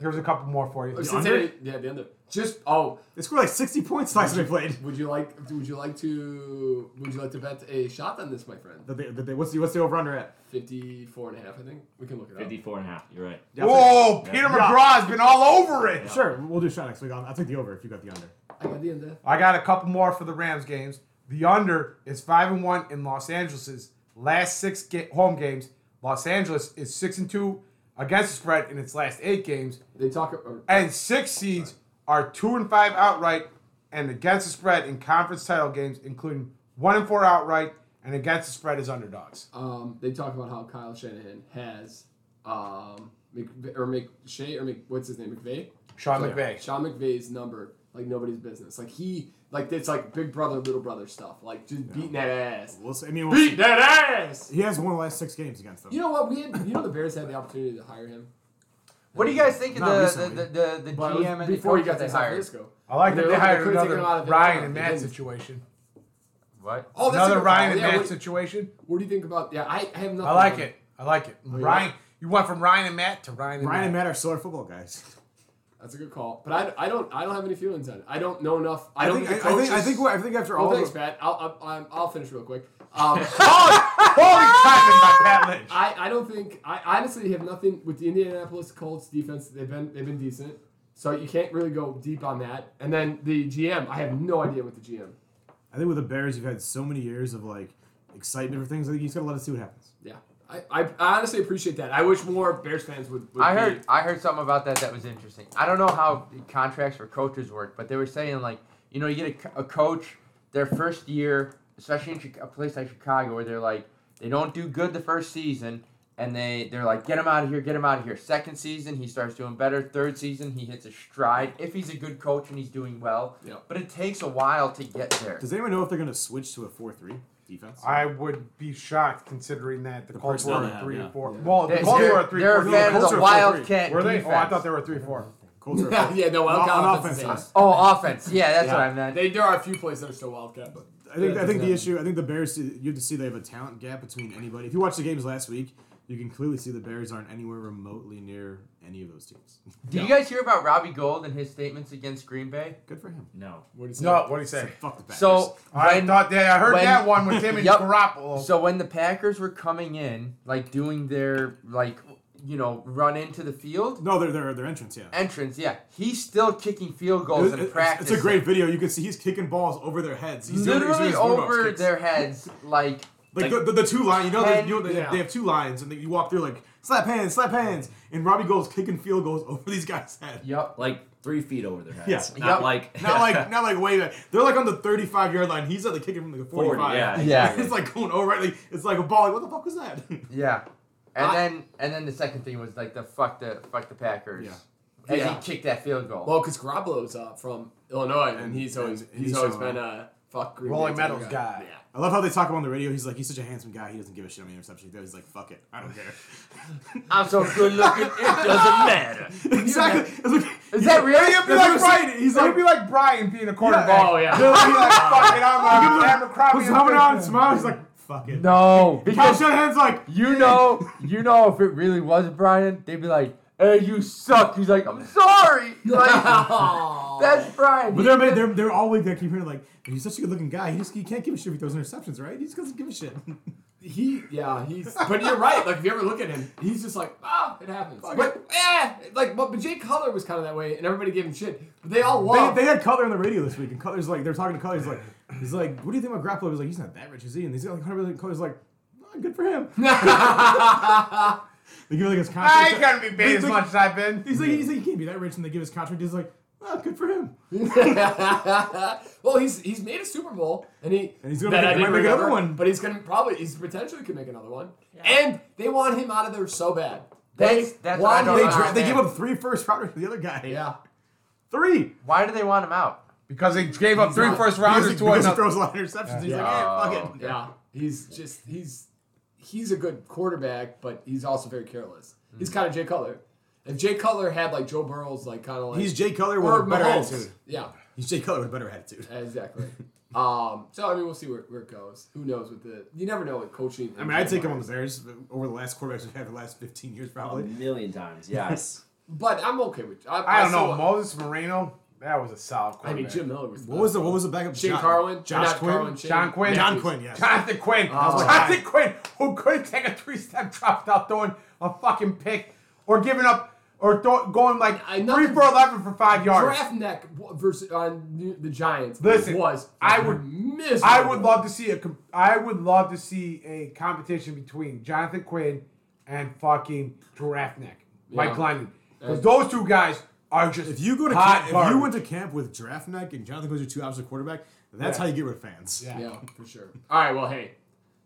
C: Here's a couple more for you.
A: or Cincinnati, Yeah, the under. Just oh,
E: They scored like 60 points last time they played.
A: would you like? Would you like to? Would you like to bet a shot on this, my friend?
E: That they- that they- what's the what's the over under at?
A: 54 and a half, I think. We can look it up.
D: 54 and a half. You're right.
C: Whoa, Peter McGraw's been all over it.
E: Sure, we'll do a shot next week. I'll, I'll take the over if you got the under.
A: I got the under.
C: I got a couple more for the Rams games. The under is five and one in Los Angeles' last six ga- home games. Los Angeles is six and two against the spread in its last eight games,
A: They talk. Or,
C: and six seeds are two and five outright and against the spread in conference title games, including one and four outright and against the spread as underdogs.
A: um, they talk about how Kyle Shanahan has um, Mc, or Mc Shea or Mc, what's his name McVay.
C: Sean
A: Yeah.
C: McVay.
A: Sean McVay's number like nobody's business. Like he like it's like big brother little brother stuff. Like just beating that ass.
E: We'll see. I mean, we'll
A: Beat
E: see.
A: that ass.
E: he has won the last six games against them.
A: You know what? We had, you know the Bears had the opportunity to hire him.
B: What do you guys think of
E: Not
B: the,
E: recently.
B: the, the, the, the
A: But it was
B: GM and
A: before
B: the
A: he got
B: coach that they
A: to San
B: hired?
A: Francisco.
C: I like
A: They
C: that they
A: could've
C: hired
A: taken
C: another
A: a lot of it
C: Ryan
A: out.
C: and
A: They
C: Matt
A: didn't.
C: situation.
B: What?
A: Oh, that's a
C: Another
A: good
C: Ryan
A: call.
C: and
A: yeah,
C: Matt
A: what,
C: situation.
A: what do you think about? Yeah, I, I have nothing.
C: I like
A: on
C: it. I like it.
A: yeah.
C: Ryan, you went from Ryan and Matt to Ryan and
E: Ryan and
C: Matt.
E: Matt are still our football guys.
A: That's a good call. But I, I don't I don't have any feelings on it. I don't know enough. I,
E: I
A: don't
E: think.
A: think the
E: I, I think. I
A: coaches-
E: think. we're- I think after
A: Well,
E: all,
A: thanks,
E: the,
A: Pat. I'll, I'll, I'm- I'll finish real quick. Um,
C: Holy clapping by Pat Lynch.
A: I, I don't think I honestly have nothing with the Indianapolis Colts defense. They've been they've been decent, so you can't really go deep on that. And then the GM, I have no idea what the GM.
E: I think with the Bears, you've had so many years of like excitement for things. I think you just gotta let us see what happens.
A: Yeah, I, I, I honestly appreciate that. I wish more Bears fans would. would
B: I
A: be-
B: heard I heard something about that that was interesting. I don't know how the contracts for coaches work, but they were saying like you know you get a, co- a coach their first year, especially in Chi- a place like Chicago where they're like they don't do good the first season and they they're like get him out of here, get him out of here. Second season he starts doing better. Third season he hits a stride if he's a good coach and he's doing well.
A: Yeah.
B: But it takes a while to get there.
E: Does anyone know if they're gonna switch to a four-three defense?
C: I would be shocked considering that the Colts
E: personnel
C: were
E: they
C: a
E: have,
C: three
E: yeah.
C: and four. Well, the
B: They're,
C: Colts were
B: they're,
C: a three four.
B: they're a
C: No,
B: fan
C: the
B: of
C: Colts
B: the
C: were-
E: four, three.
B: Wildcat.
C: Were they? Oh, I
B: defense.
C: thought they were three four.
E: Colts are
A: Yeah, yeah, no, Wildcat
E: on, on
A: offense
E: offense.
A: is
E: yes.
B: Oh, offense. Yeah, that's what I meant.
A: They, there are a few plays that are still Wildcat, but
E: I think.
A: Yeah,
E: I think the
A: definitely.
E: issue. I think the Bears. You have to see they have a talent gap between anybody. If you watch the games last week, you can clearly see the Bears aren't anywhere remotely near any of those teams.
B: Did you guys hear about Robbie Gold and his statements against Green Bay?
E: Good for him.
D: No.
A: what do you say?
C: No, what do you say?
E: Fuck the Packers.
B: So
C: I
B: when,
C: thought that I heard
B: when-
C: that one with him and
B: Yup.
C: Garoppolo.
B: so when the Packers were coming in, like doing their like you know run into the field
E: no, they're their their entrance. Yeah.
B: entrance, yeah, he's still kicking field
E: It-
B: goals
E: it-
B: in
E: it's-
B: practice.
E: It's a great video. You can see he's kicking balls over their heads. He's doing- he's doing
B: literally
E: his moonwalks
B: over
E: kicks.
B: their heads. Like
E: Like, the, the, the two line, you know, they, you know they,
A: Yeah.
E: they have two lines, and they, you walk through like slap hands, slap hands, and Robbie goes kicking field goals over these guys' heads.
B: yep.
D: Like three feet over their heads.
E: Yeah.
D: Not
B: Yep.
D: like
E: Not like not like way back. They're like on the thirty five yard line. He's at the kicking from like the forty
D: 40,
E: five.
D: yeah.
B: Yeah.
E: it's like going over. Like, it's like a ball. Like what the fuck was that?
B: Yeah. And
A: I-
B: then and then the second thing was like the fuck the fuck the Packers.
E: Yeah.
B: As
A: Yeah.
B: he kicked that field goal.
A: Well, because Garoppolo's uh, from Illinois, and,
E: And-
A: he's always
E: and- and
A: he's
E: he's
A: always
E: from,
A: been a fuck Green
C: Rolling
A: Bay type
C: Meadows guy.
A: Yeah.
E: I love how they talk about on the radio. He's like, he's such a handsome guy. He doesn't give a shit on the interception. he throws. He's like, fuck it, I don't care.
B: I'm so good looking, it doesn't matter.
E: exactly. It's like,
B: Is that real?
C: It'd be like Brian. It'd
E: He's like,
C: be like Brian being a quarterback.
A: Oh yeah.
C: He'd be like, fucking, I'm, uh,
E: like,
C: Abercrombie
E: what's
C: and
E: going
C: Fitch."
E: on? Smile. He's like, fuck it.
B: No,
E: Kyle
B: because
E: Shanahan's like,
B: You know, you know, if it really was Brian, they'd be like, "Hey, you suck." He's like, "I'm sorry." Like,
A: Aw.
B: that's Brian.
E: But they're, they're, they're all like, they keep hearing like, he's such a good looking guy. He just he can't give a shit if he throws interceptions, right? He just doesn't give a shit.
A: He, yeah, he's. But you're right. Like, if you ever look at him, he's just like, ah, it happens. But eh, like, but, but Jay Cutler was kind of that way, and everybody gave him shit. But they all
E: they,
A: love.
E: they had Cutler on the radio this week, and Cutler's like, they're talking to Cutler. He's like, he's like, what do you think about Garoppolo? He's like, he's not that rich, is he? And he's like, Cutler's like, oh, good for him. They give like his
C: I
E: contract.
C: ain't gonna be paid as
E: He's
C: much
E: like,
C: as I've been.
E: He's like, he's like, he can't be that rich, and they give his contract. He's like, oh, good for him.
A: well, he's he's made a Super Bowl, and he
E: And he's gonna
A: that
E: make-
A: I didn't
E: might make another
A: remember,
E: one.
A: But he's gonna probably he's potentially could make another one. And they want him out of there so bad. They
B: That's- that's what I
A: want him
B: don't
E: They,
B: know.
A: out.
E: dra- they give up three first rounders to the other guy.
A: Yeah.
E: three.
B: Why do they want him out?
C: Because they gave up three
A: not-
C: first
E: Because he,
C: rounders to
E: because he
C: another.
E: throws a lot of interceptions. He's like, eh, fuck it.
A: Yeah, he's just he's he's a good quarterback, but he's also very careless. He's
E: Hmm.
A: kind of Jay Cutler. If Jay Cutler had like Joe Burrow's like kind of like
E: He's Jay Cutler with
A: or
E: a better
A: Mahomes.
E: attitude.
A: Yeah,
E: He's Jay Cutler with a better attitude.
A: exactly. um, so I mean, we'll see where, where it goes. Who knows with the you never know with coaching.
E: I mean, I'd take him on the Bears over the last quarterbacks we've had the last 15 years,
D: a
E: probably.
D: million times. Yes.
A: but I'm okay with. I,
C: I don't
A: still
C: know.
A: want-
C: Moses Moreno, that was a solid
A: I
C: quarterback.
A: mean, Jim Miller was. the
E: What
A: best.
E: was the what was the backup?
A: Shane
E: John-
A: Carlin?
E: Josh
A: Not
E: Quinn,
A: Carlin, Shane-
C: John Quinn.
E: John Quinn, yes.
C: Jonathan Quinn.
A: Oh.
C: Jonathan Quinn, who couldn't take a three-step drop without throwing a fucking pick or giving up or throw, going like
A: I-
C: three
A: nothing-
C: for eleven for five yards.
A: Draft neck versus on the- the Giants.
C: Listen,
A: was
C: I would-
A: miss.
C: I would love to see a. com- I would love to see a competition between Jonathan Quinn and fucking Giraffe Neck. Mike
A: Yeah. Uh,
C: Glennon. Because those two guys are just
E: If you go to
C: hot
E: camp, if
C: garbage.
E: you went to camp with Draftneck and Jonathan Quiz, your two opposite quarterback, that's
C: Yeah.
E: how you get with fans.
C: Yeah.
A: Yeah, for sure. All right, well, hey,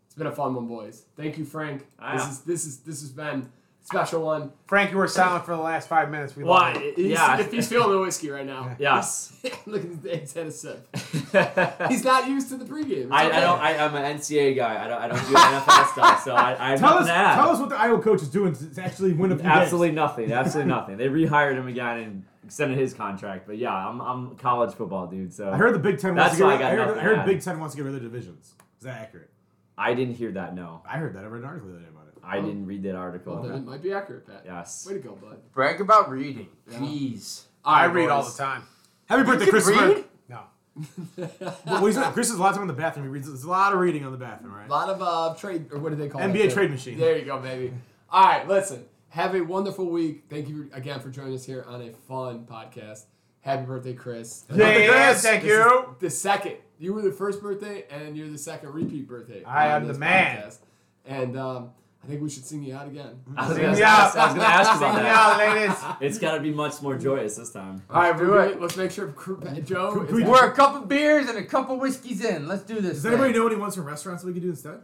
A: it's been a fun one, boys. Thank you, Frank. This
D: Ah.
A: is this is this has been a special one.
C: Frank, you were silent for the last five minutes. We love you.
A: Why? He's,
D: Yeah.
A: if he's feeling the whiskey right now.
D: Yes.
A: Look at his head a sip.
D: I,
A: He's not used to the pregame. It's
D: I
A: okay.
D: don't. I, I'm an NCAA guy. I don't. I don't do NFL stuff. So I. I have
E: Tell
D: nothing
E: us,
D: to add.
E: tell us what the Iowa coach is doing to to actually win a few
D: Absolutely nothing. Absolutely nothing. They rehired him again and extended his contract. But yeah, I'm I'm college football dude. So
E: games. I heard the Big Ten.
D: That's
E: wants to
D: why
E: get
D: I got
E: rid, I heard,
D: nothing
E: I heard
D: to add.
E: Big Ten wants to get rid of the divisions. Is that accurate?
D: I didn't hear that. No,
E: I heard that. I read an article the other day about it.
D: I didn't read Oh. that article.
A: Well, then it might be accurate, Pat.
D: Yes.
A: Way to go, bud.
B: Brag about reading. Jeez.
C: I read all the time.
E: Happy birthday, Christopher!
B: read?
C: No.
E: Well, he's not- Chris is a lot of time in the bathroom. He reads. There's a lot of reading on the bathroom,
A: A
E: right?
A: lot of uh, trade, or what do they call it?
E: NBA trade machine.
A: There you go, baby. All right, listen. Have a wonderful week. Thank you again for joining us here on a fun podcast. Happy birthday, Chris.
C: Yeah,
E: Chris,
C: thank
A: This is
C: you.
A: the second. You were the first birthday, and you're the second repeat birthday.
C: I
A: on
C: am
A: this
C: the man.
A: podcast. And um, I think we should sing you out again.
D: I was
C: Sing
D: gonna
C: me out.
D: ask, I was gonna ask
C: Sing
D: about
C: me
D: that.
C: out, ladies.
D: It's gotta be much more joyous this time.
A: All right, do it. Let's make sure Cr- Joe. is
E: we-
A: happy.
B: We're a couple beers and a couple whiskeys in. Let's do this.
E: Does anybody
B: thing.
E: know what he wants from restaurants that we could do instead?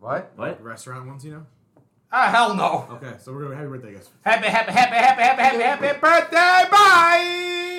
B: What?
D: What?
E: Restaurant ones, you know?
C: Ah, hell no.
E: Okay, so we're gonna happy birthday, guys.
C: Happy, happy, happy, happy, happy, happy, happy birthday. Bye.